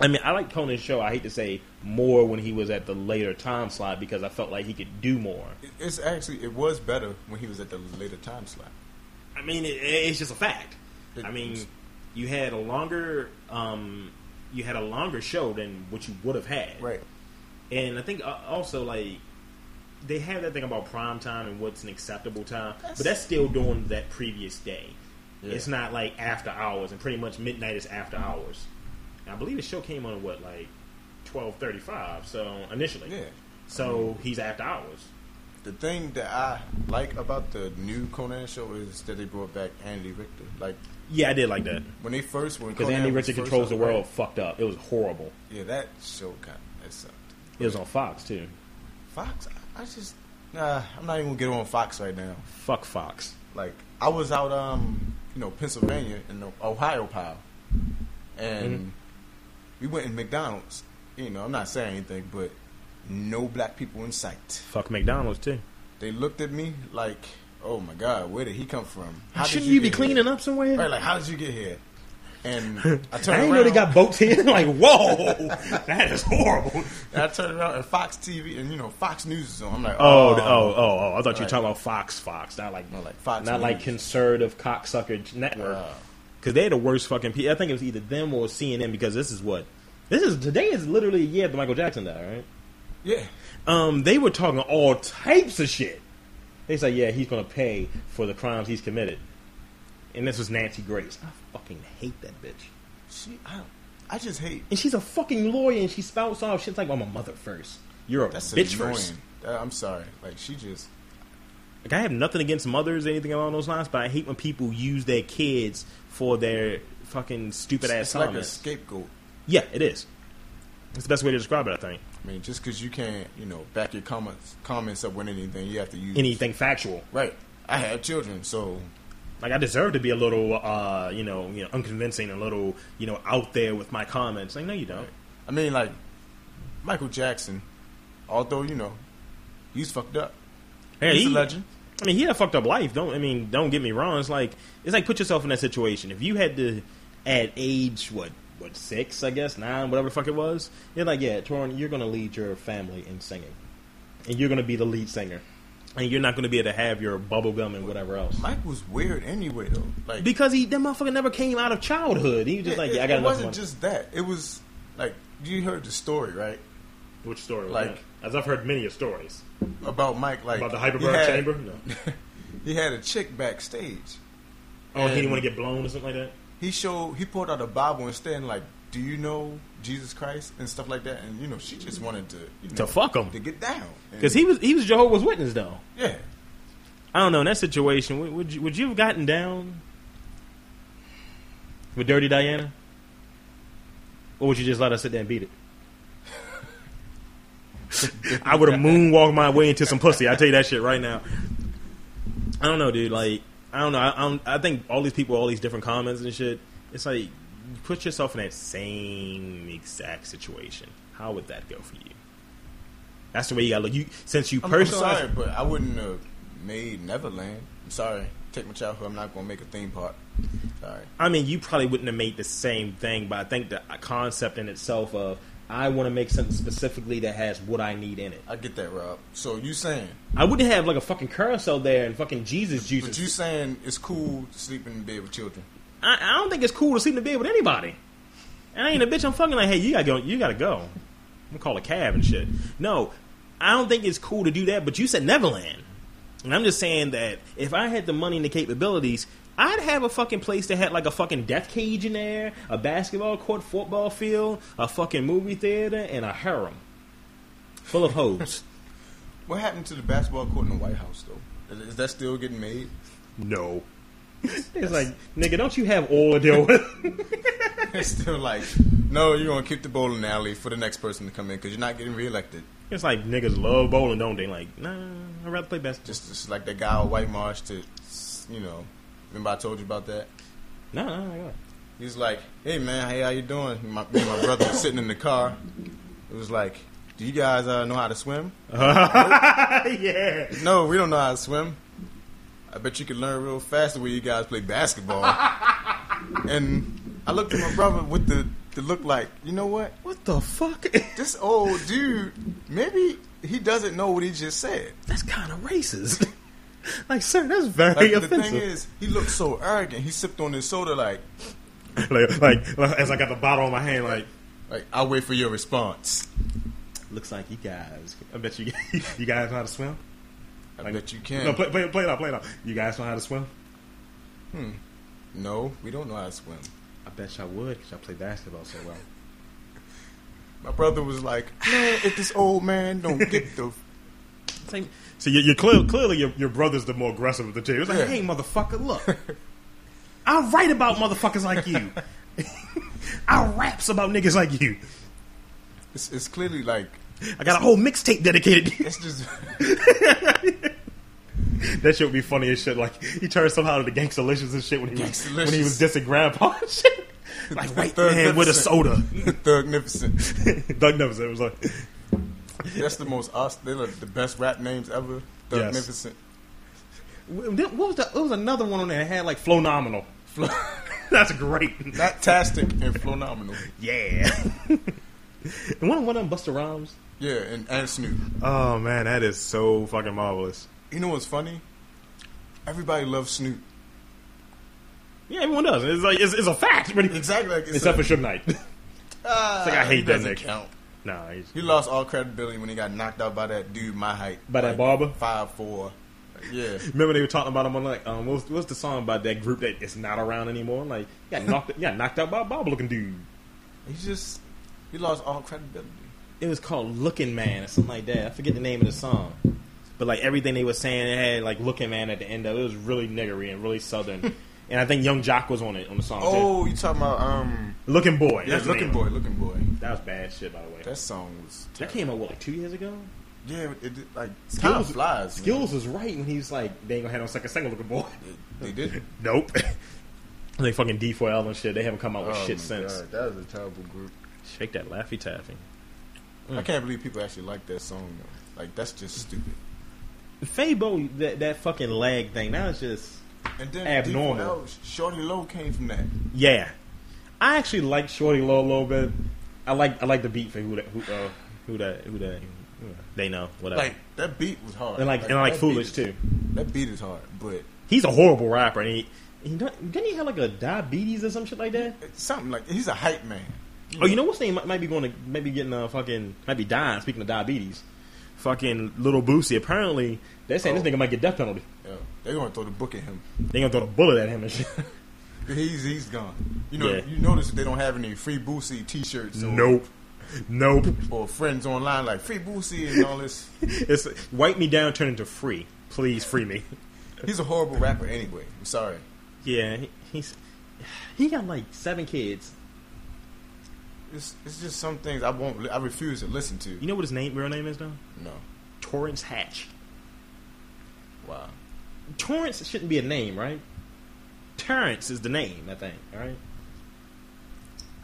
I mean, I like Conan's show. I hate to say more when he was at the later time slot because I felt like he could do more.
It- It's actually it was better when he was at the later time slot.
I mean, it, it's just a fact.
It-
I mean, you had a longer, um, you had a longer show than what you would have had,
Right.
And I think uh, also like they have that thing about prime time and what's an acceptable time,
That's-
but that's still during that previous day.
Yeah.
It's not like after hours, and pretty much midnight is after hours. And I believe the show came on at what like twelve thirty five. So initially,
Yeah. Mm-hmm.
So he's after hours.
The thing that I like about the new Conan show is that they brought back Andy Richter. Like
Yeah, I did like that
When they first when
because
Conan
Andy
Oh, was
Richard
first
controls the
up,
world.
right?
Fucked up. It was horrible.
Yeah, that show kind that sucked.
It was on Fox too.
Fox, I I just nah. I'm not even gonna get on Fox right now.
Fuck Fox.
Like I was out, um, you know, Pennsylvania in the Ohio pile, and
Mm-hmm.
we went in McDonald's. You know, I'm not saying anything, but no black people in sight.
Fuck McDonald's too.
They looked at me like, "Oh my God, where did he come from? How did
Shouldn't you, be
get here?"
cleaning up somewhere?
Right, like how did you get here? And I
I
turned
didn't
around.
know they got boats here. like, whoa, that is horrible.
and I turned around and Fox TV and you know Fox News is on. I'm like,
Oh, oh, oh, oh! I thought you were
Right.
talking about Fox, Fox, not like,
Not like Fox
not
News.
like conservative cocksucker network.
Wow.
Because they had the worst fucking. Pe- I think it was either them or CNN. Because this is what this is. Today is literally a year after Michael Jackson died, right?
yeah.
Um, they were talking all types of shit. They said, "Yeah, he's going to pay for the crimes he's committed," and this was Nancy Grace. I fucking hate that bitch.
She, I, I just hate.
And she's a fucking lawyer, and she spouts off shit like, "I'm a mother first. You're a
That's
bitch
annoying.
first.
Uh, I'm sorry. Like she just
Like I have nothing against mothers or anything along those lines, but I hate when people use their kids for their fucking stupid ass
it's like a
comments.
scapegoat.
yeah, it is. It's the best way to describe it, I think.
I mean, just because you can't, you know, back your comments comments up with anything, you have to use
Anything factual.
Right. I have children, so
Like I deserve to be a little, uh, you know, you know, unconvincing, a little, you know, out there with my comments. Like, no, you don't.
I mean, like Michael Jackson, although you know he's fucked up.
Hey,
he's
he-
a legend.
I mean, he had a fucked up life. Don't I mean? Don't get me wrong. It's like it's like put yourself in that situation. If you had to, at age what what six, I guess nine, whatever the fuck it was, you're like, yeah, Torin, you're gonna lead your family in singing, and you're gonna be the lead singer, and you're not gonna be able to have your bubble gum and whatever else
Mike was weird anyway, though. Like
because he that motherfucker never came out of childhood. He was just
it,
like,
it-
yeah, I got
it
enough
wasn't
money.
just that. It was like you heard the story, right?
Which story? was
like-
that? as I've heard many of stories
About Mike, like
about the
he
hyperbaric
had-
chamber. No.
He had a chick backstage.
Oh, he
And-
didn't want to get blown or something like that.
he showed he pulled out a Bible and stand like, "Do you know Jesus Christ?" and stuff like that. And you know, she just wanted to you know,
To fuck him.
to get down And-
Because he was he was Jehovah's Witness though.
yeah.
I don't know. In that situation, would, would you would you have gotten down with Dirty Diana, or would you just let her sit there and beat it? I would have moonwalked my way into some pussy. I tell you that shit right now. I don't know, dude. Like I don't know. I, I, don't- I think all these people, all these different comments and shit. It's like you put yourself in that same exact situation. How would that go for you? That's the way you got to look. You since you
I'm, I'm
personally.
sorry, but I wouldn't have made Neverland. I'm sorry. Take my childhood. I'm not gonna make a theme park. Sorry.
I mean, you probably wouldn't have made the same thing, but I think the concept in itself of I want to make something specifically that has what I need in it.
I get that, Rob. So you saying,
I wouldn't have like a fucking carousel there and fucking Jesus juice.
but you saying it's cool to sleep in bed with children?
I, I don't think it's cool to sleep in the bed with anybody. And I ain't a bitch. I'm fucking like, hey, you gotta go. You gotta go. I'm gonna call a cab and shit. No, I don't think it's cool to do that. But you said Neverland, and I'm just saying that if I had the money and the capabilities, I'd have a fucking place that had like a fucking death cage in there, a basketball court, football field, a fucking movie theater, and a harem full of hoes.
What happened to the basketball court in the White House though? Is, is that still getting made?
no. It's like, nigga, don't you have oil to deal with?
It's still like, no, you're gonna keep the bowling alley for the next person to come in because you're not getting reelected.
It's like niggas love bowling, don't they? Like, nah, I'd rather play basketball.
just, just like that guy on White Marsh to, you know, remember I told you about that?
No, no, no.
He's like, hey man, hey, how you doing? My, me and my brother was sitting in the car. It was like, do you guys uh, know how to swim?
yeah.
No, we don't know how to swim. I bet you can learn real fast the way you guys play basketball. and I looked at my brother with the, the look like, you know what?
What the fuck?
This old dude, maybe he doesn't know what he just said.
that's kind of racist. like, sir, that's very
Like, the
offensive.
thing is, he looked so arrogant. He sipped on his soda like,
like, like, like, as I got the bottle in my hand, like,
like I'll wait for your response.
looks like you guys. I bet you you guys know how to swim.
I
Like-
bet you can.
No,
No,
play, play, play it out, play it out. You guys know how to swim?
we don't know how to swim.
I bet y'all would because y'all play basketball so well.
My brother was like, man, if this old man don't get the,
So you're, you're clear, clearly your, your brother's the more aggressive of the two. It's like,
Yeah.
hey, motherfucker, look. I write about motherfuckers like you. I raps about niggas like you.
It's, it's clearly like
I got a whole mixtape dedicated. to you.
it's just
that shit would be funny as shit. Like he turned somehow to the gangstalicious and shit when he was when he was dissing grandpa and shit. Like white man with a soda.
thugnificent.
Doug Nevis. It was like
That's the most us. They're like the best rap names ever.
Yes. what
Thugnificent.
was that? It was another one on there that had like phenomenal. That's great.
Not tastic and phenomenal.
Yeah. and one one of them Buster Rhymes.
Yeah, and, and Snoop.
Oh man, that is so fucking marvelous.
You know what's funny? Everybody loves Snoop.
Yeah, everyone does. It's like it's, it's a fact, but Uh,
Exactly. Like it's
except
a-
for Suge Knight.
Ah,
It's like, I hate
he
that
doesn't
nigga.
Count.
nah, he's,
He lost all credibility when he got knocked out by that dude my height.
By that
Like,
barber?
Five four. Like, yeah.
remember they were talking about him on like um, what was, what was the song about that group that is not around anymore? Like yeah, knocked yeah knocked out by a bob looking dude.
He just he lost all credibility.
It was called Looking Man or something like that. I forget the name of the song. But like everything they were saying, it had like Looking Man at the end of it. It was really niggery and really southern. and I think Young Jock was on it on the song. too.
Oh, you talking about um?
Looking Boy.
Yeah,
that's the
looking
name of
boy, looking boy.
it. That was bad shit, by the way.
That song was.
that
Terrible.
came out what like two years ago.
Yeah, it, did- like time
Skills
flies. man.
Skills was right when he was like, "They ain't gonna have no second single, looking boy."
They did.
Nope. they fucking D4L and shit. They haven't come out with
Oh
shit
my
since.
God, that was a terrible group.
Shake that laffy taffy. Mm.
I can't believe people actually like that song. Though. Like that's just stupid.
Fabo, that that fucking lag thing. That was just
And then
Abnormal.
D4L, Shorty Low came from that.
yeah. I actually like Shorty Low a little bit. I like I like the beat for who that who uh, who that who that they know whatever.
Like that beat was hard.
and like, and I like
that
Foolish
beat
too.
is- That beat is hard, but
He's a horrible rapper. And he, he don't- didn't he have like a diabetes or some shit like that?
it's something like he's a hype man.
Oh, you know what's name might, might be going to maybe getting a fucking might be dying. Speaking of diabetes, fucking little Boosie. Apparently, they're saying
Oh.
this nigga might get death penalty.
Yo, they're gonna throw the book at him.
They gonna throw the bullet at him and shit.
He's he's gone. You know
Yeah.
you notice they don't have any free Boosie T-shirts. Or,
nope.
Or friends online like free Boosie and all this.
It's wipe me down, turn into free. Please free me.
he's a horrible rapper anyway. I'm sorry.
Yeah, he, he's he got like seven kids.
It's it's just some things I won't. li- I refuse to listen to.
You know what his name, real name is though?
No.
Torrance Hatch.
Wow.
Torrance shouldn't be a name, right? Terrence is the name, I think. All right.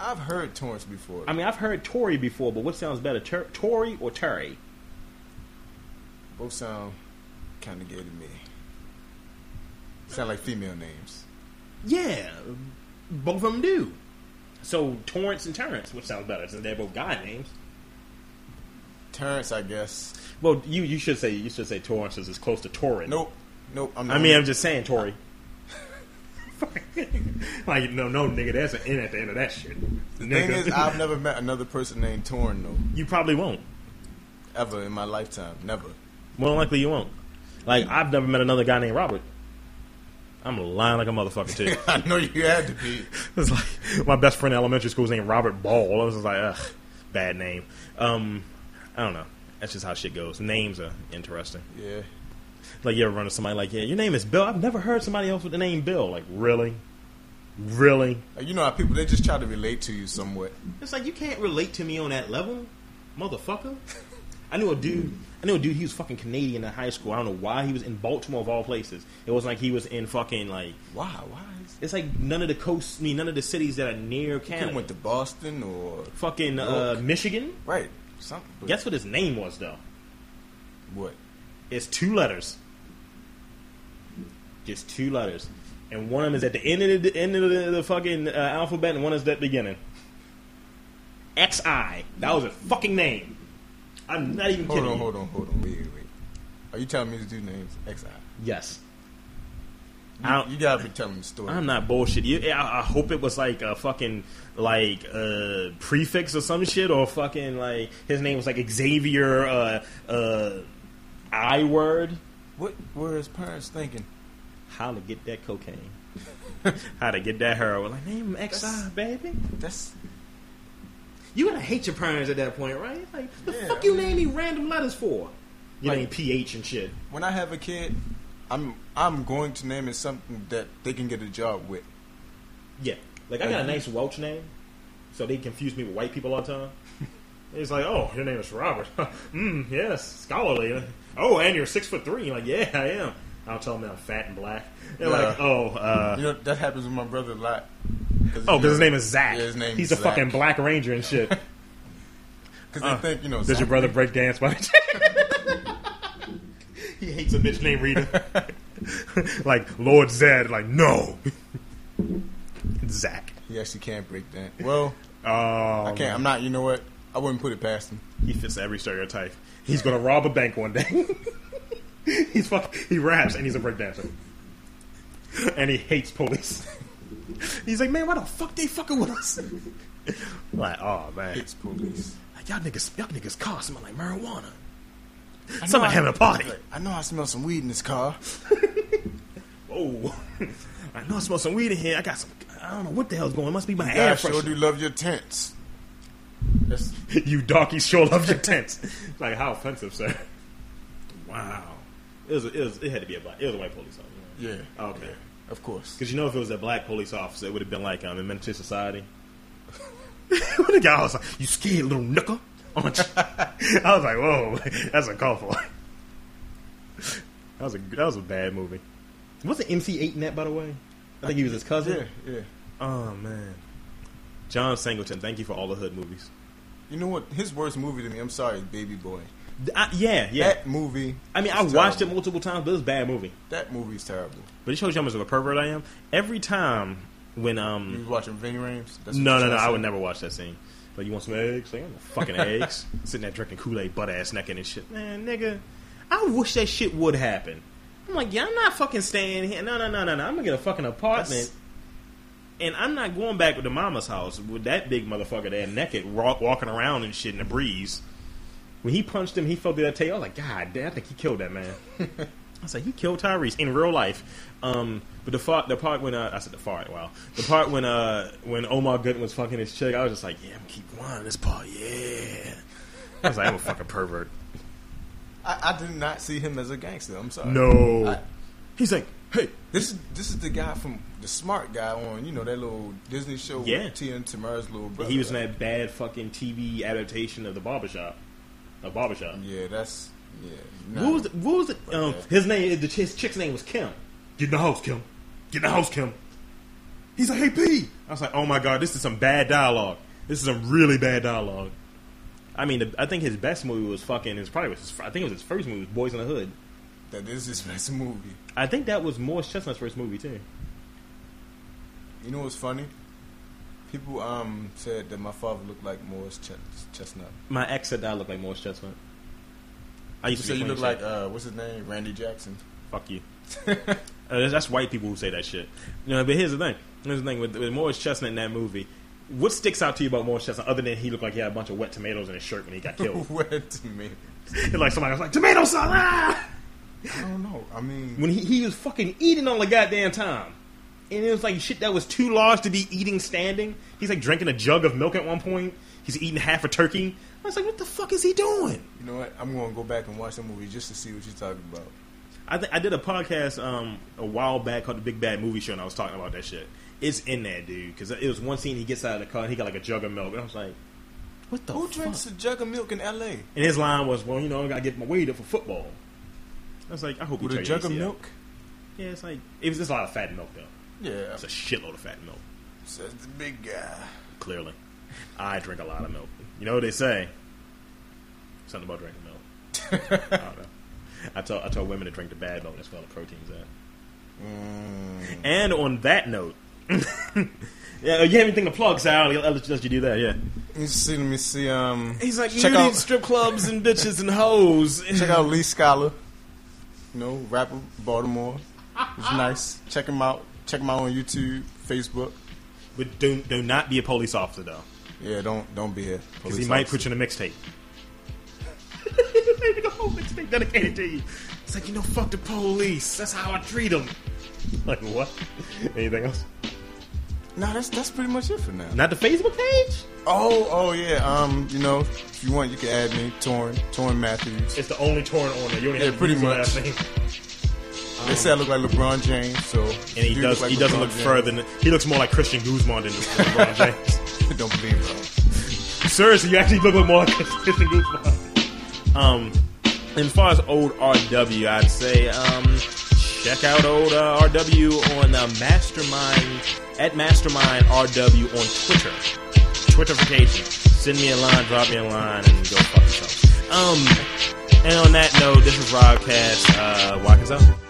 I've heard Torrance before.
I mean, I've heard Tory before, but what sounds better, Ter- Tory or Terry?
Both sound kind of gay to me. Sound like female names.
Yeah, both of them do. So Torrance and Terrence, which sounds better since they're both guy names.
Terrence, I guess.
Well, you you should say you should say Torrance is as close to Torin.
Nope. Nope. I'm
I mean I'm just saying Tory. like no no nigga, that's an N at the end of that shit.
the
nigga.
thing is, I've never met another person named Torn though,
you probably won't.
ever in my lifetime. Never.
More than likely you won't. Like I've never met another guy named Robert. I'm lying like a motherfucker too.
I know you had to be.
It's like my best friend in elementary school was named Robert Ball. I was just like, ugh, bad name. Um, I don't know. That's just how shit goes. Names are interesting.
Yeah.
Like you ever run into somebody like, yeah, your name is Bill. I've never heard somebody else with the name Bill. Like really, really.
Like, you know how people they just try to relate to you somewhat.
It's like you can't relate to me on that level, motherfucker. I knew a dude. I knew a dude. He was fucking Canadian in high school. I don't know why he was in Baltimore of all places. It was like he was in fucking like.
Wow. Why? Is
It's like none of the coasts. I mean, none of the cities that are near Canada.
He went to Boston or
fucking uh,
York.
Michigan.
right something. but
Guess what his name was though?
what?
It's two letters. Just two letters, and one of them is at the end of the end of the, the fucking uh, alphabet, and one is at the beginning. X I. That was a fucking name. I'm not even
Hold
kidding.
on.
you.
Hold on. Hold on. Wait. Wait. wait. Are you telling me this dude name's Xi?
Yes. I
You, you gotta be telling the story.
I'm not bullshit. You, I, I hope it was like a fucking like uh, prefix or some shit, or fucking like his name was like Xavier uh, uh, I word.
What were his parents thinking?
How to get that cocaine? How to get that heroin? Like name him XI,
That's-
baby.
That's
You gotta hate your parents at that point, right? Like the
Yeah,
fuck
I
you
mean-
name me random letters for? You
Like-
name PH and shit.
when I have a kid, I'm I'm going to name it something that they can get a job with.
Yeah, like I got a nice Welch name, so they confuse me with white people all the time. It's like, oh, your name is Robert. mm, yes, scholarly. Oh, and you're six foot 3 You're like, yeah, I am. I'll tell them that I'm fat and black. They're
Yeah.
like, oh, uh,
You know that happens with my brother a lot.
oh, because his name is Zach.
Yeah, his name
He's
is
a
Zach.
fucking Black Ranger and shit.
Because they think you know.
Does your brother break dance by He hates a bitch named Rita. like Lord Zed, like no, Zach.
He actually can't break that. Well,
Oh,
I can't. I'm not. You know what? I wouldn't put it past him.
He fits every stereotype. He's gonna rob a bank one day. he's fuck. He raps and he's a breakdancer. And he hates police. he's like, man, why the fuck they fucking with us? I'm like, oh man,
It's police.
like, y'all niggas, y'all niggas car smell like marijuana.
I know
Somebody
I-
having a party.
I know I smell some weed in this car.
Oh, I know I smell some weed in here. I got some. I don't know what the hell's going. on. must be my
I
air
sure do
freshener.
love your tents. That's
you donkeys sure love your tents. like how offensive, sir. Wow. It was. It, was, it had to be a black. It was a white police officer.
yeah.
Okay.
Yeah, of course.
Because you know, if it was a black police officer, it would have been like um, in Ministry Society. when the guy was like, "You scared little nooker," aren't you? I was like, "Whoa, that's a call for." that was a that was a bad movie. Was it MC8 in that, by the way? I think he was his cousin.
Yeah, yeah.
Oh man, John Singleton, thank you for all the hood movies.
You know what? His worst movie to me. I'm sorry, is Baby Boy.
I, yeah, yeah.
That movie.
I mean, I
is
watched it
terrible.
multiple times, but it was a bad movie.
That movie's terrible.
But it shows you how much of a pervert I am. Every time when um,
You was watching Ving Rhames? That's what
No,
you're
no, no.
trying to
I
say?
would never watch that scene. Like, you want some eggs? Like, I don't want fucking eggs. Sitting there drinking Kool Aid, butt ass necking and shit. Man, nigga, I wish that shit would happen. I'm like, yeah, I'm not fucking staying here. No, no, no, no, no. I'm gonna get a fucking apartment.
That's-
And I'm not going back to the mama's house with that big motherfucker there naked, wa- walking around and shit in the breeze. When he punched him, he felt that tail. I was like, God damn, I think he killed that man. I said he killed Tyrese in real life. Um, but the fart, the part when uh, I said the fart, wow, the part when uh, when Omar Gooden was fucking his chick, I was just like, yeah, I'm gonna keep going this part, yeah. I was like, I'm a fucking pervert.
I, I did not see him as a gangster. I'm sorry.
No,
I-
Uh, he's like, hey,
This is this is the guy from the smart guy on you know that little Disney show.
Yeah.
With Tia and Tamara's little brother.
he was in that bad fucking TV adaptation of the barbershop, the barbershop.
Yeah, that's yeah. nah.
What was the, what was the, um,
that.
his name? The his chick's name was Kim. Get in the house, Kim. Get in the house, Kim. He's like, hey, P. I was like, oh my god, this is some bad dialogue. This is some really bad dialogue. I mean, the, I think his best movie was fucking. His probably was. His, I think it was his first movie, was Boys in the Hood.
that is his best movie.
I think that was Morris Chestnut's first movie too.
You know what's funny? People um said that my father looked like Morris Ch- Chestnut.
My ex said that I look like Morris Chestnut. I
You
used to
said
be
you
funny
look
shit.
like uh what's his name? Randy Jackson.
Fuck you. Uh, that's, that's white people who say that shit. You know, but here's the thing. Here's the thing with, with Morris Chestnut in that movie. What sticks out to you about Morris Chestnut other than he looked like he had a bunch of wet tomatoes in his shirt when he got killed?
What to me?
like somebody was like, "Tomato sauce!" ah!"
I don't know. I mean,
When he, he was fucking eating all the goddamn time, and it was like shit that was too large to be eating standing. He's like drinking a jug of milk at one point. He's eating half a turkey. I was like, "What the fuck is he doing?"
you know what? I'm gonna go back and watch the movie just to see what you're talking about.
I think I did a podcast um, a while back called the Big Bad Movie Show, and I was talking about that shit. It's in there, dude, because it was one scene he gets out of the car and he got like a jug of milk, and I was like, "What the
Who
fuck?"
drinks a jug of milk in L.A.
and his line was, "Well, you know, I gotta get my weight up for football." I was like, "I hope you
with a
tear
jug
your
of
ACL.
milk?
Yeah, it's like it was just a lot of fat milk though.
Yeah,
It's a shitload of fat milk.
says the big guy.
Clearly, I drink a lot of milk. You know what they say? Something about drinking milk. I don't know. I tell I tell women to drink the bad milk. That's where all the protein's at.
Mm.
And on that note, yeah, you have anything to plug, Sal? I'll let you, let you do that. Yeah.
Let me see. Let me see. Um,
He's like,
check
you
out
need strip clubs and bitches and hoes.
check out Lee Scholar. You know, rapper Baltimore. It's nice. Check him out. Check him out on YouTube, Facebook.
But do do not be a police officer though,
Yeah, don't don't be here
because he might put you in a mixtape. Make a whole mixtape dedicated to you. It's like you know, fuck the police. That's how I treat them. Like what? Anything else?
No, that's that's pretty much it for now.
Not the Facebook page.
Oh, oh yeah. Um, you know, if you want, you can add me, Torn, Torn Matthews.
It's the only torn on there. You only
Yeah,
have to
pretty
use the
much.
last name.
You They said I look like LeBron James, so
and he
do
does.
like
he doesn't
LeBron
look
James.
further. Than, he looks more like Christian Guzman than LeBron James.
Don't believe it.
Seriously, you actually look more like Christian Guzman. Um, and as far as old RW, I'd say um, check out old uh, RW on uh, Mastermind at Mastermind RW on Twitter. Twitterification. Send me a line, drop me a line, and go fuck yourself. Um, and on that note, this is Robcast. Uh, walk us out.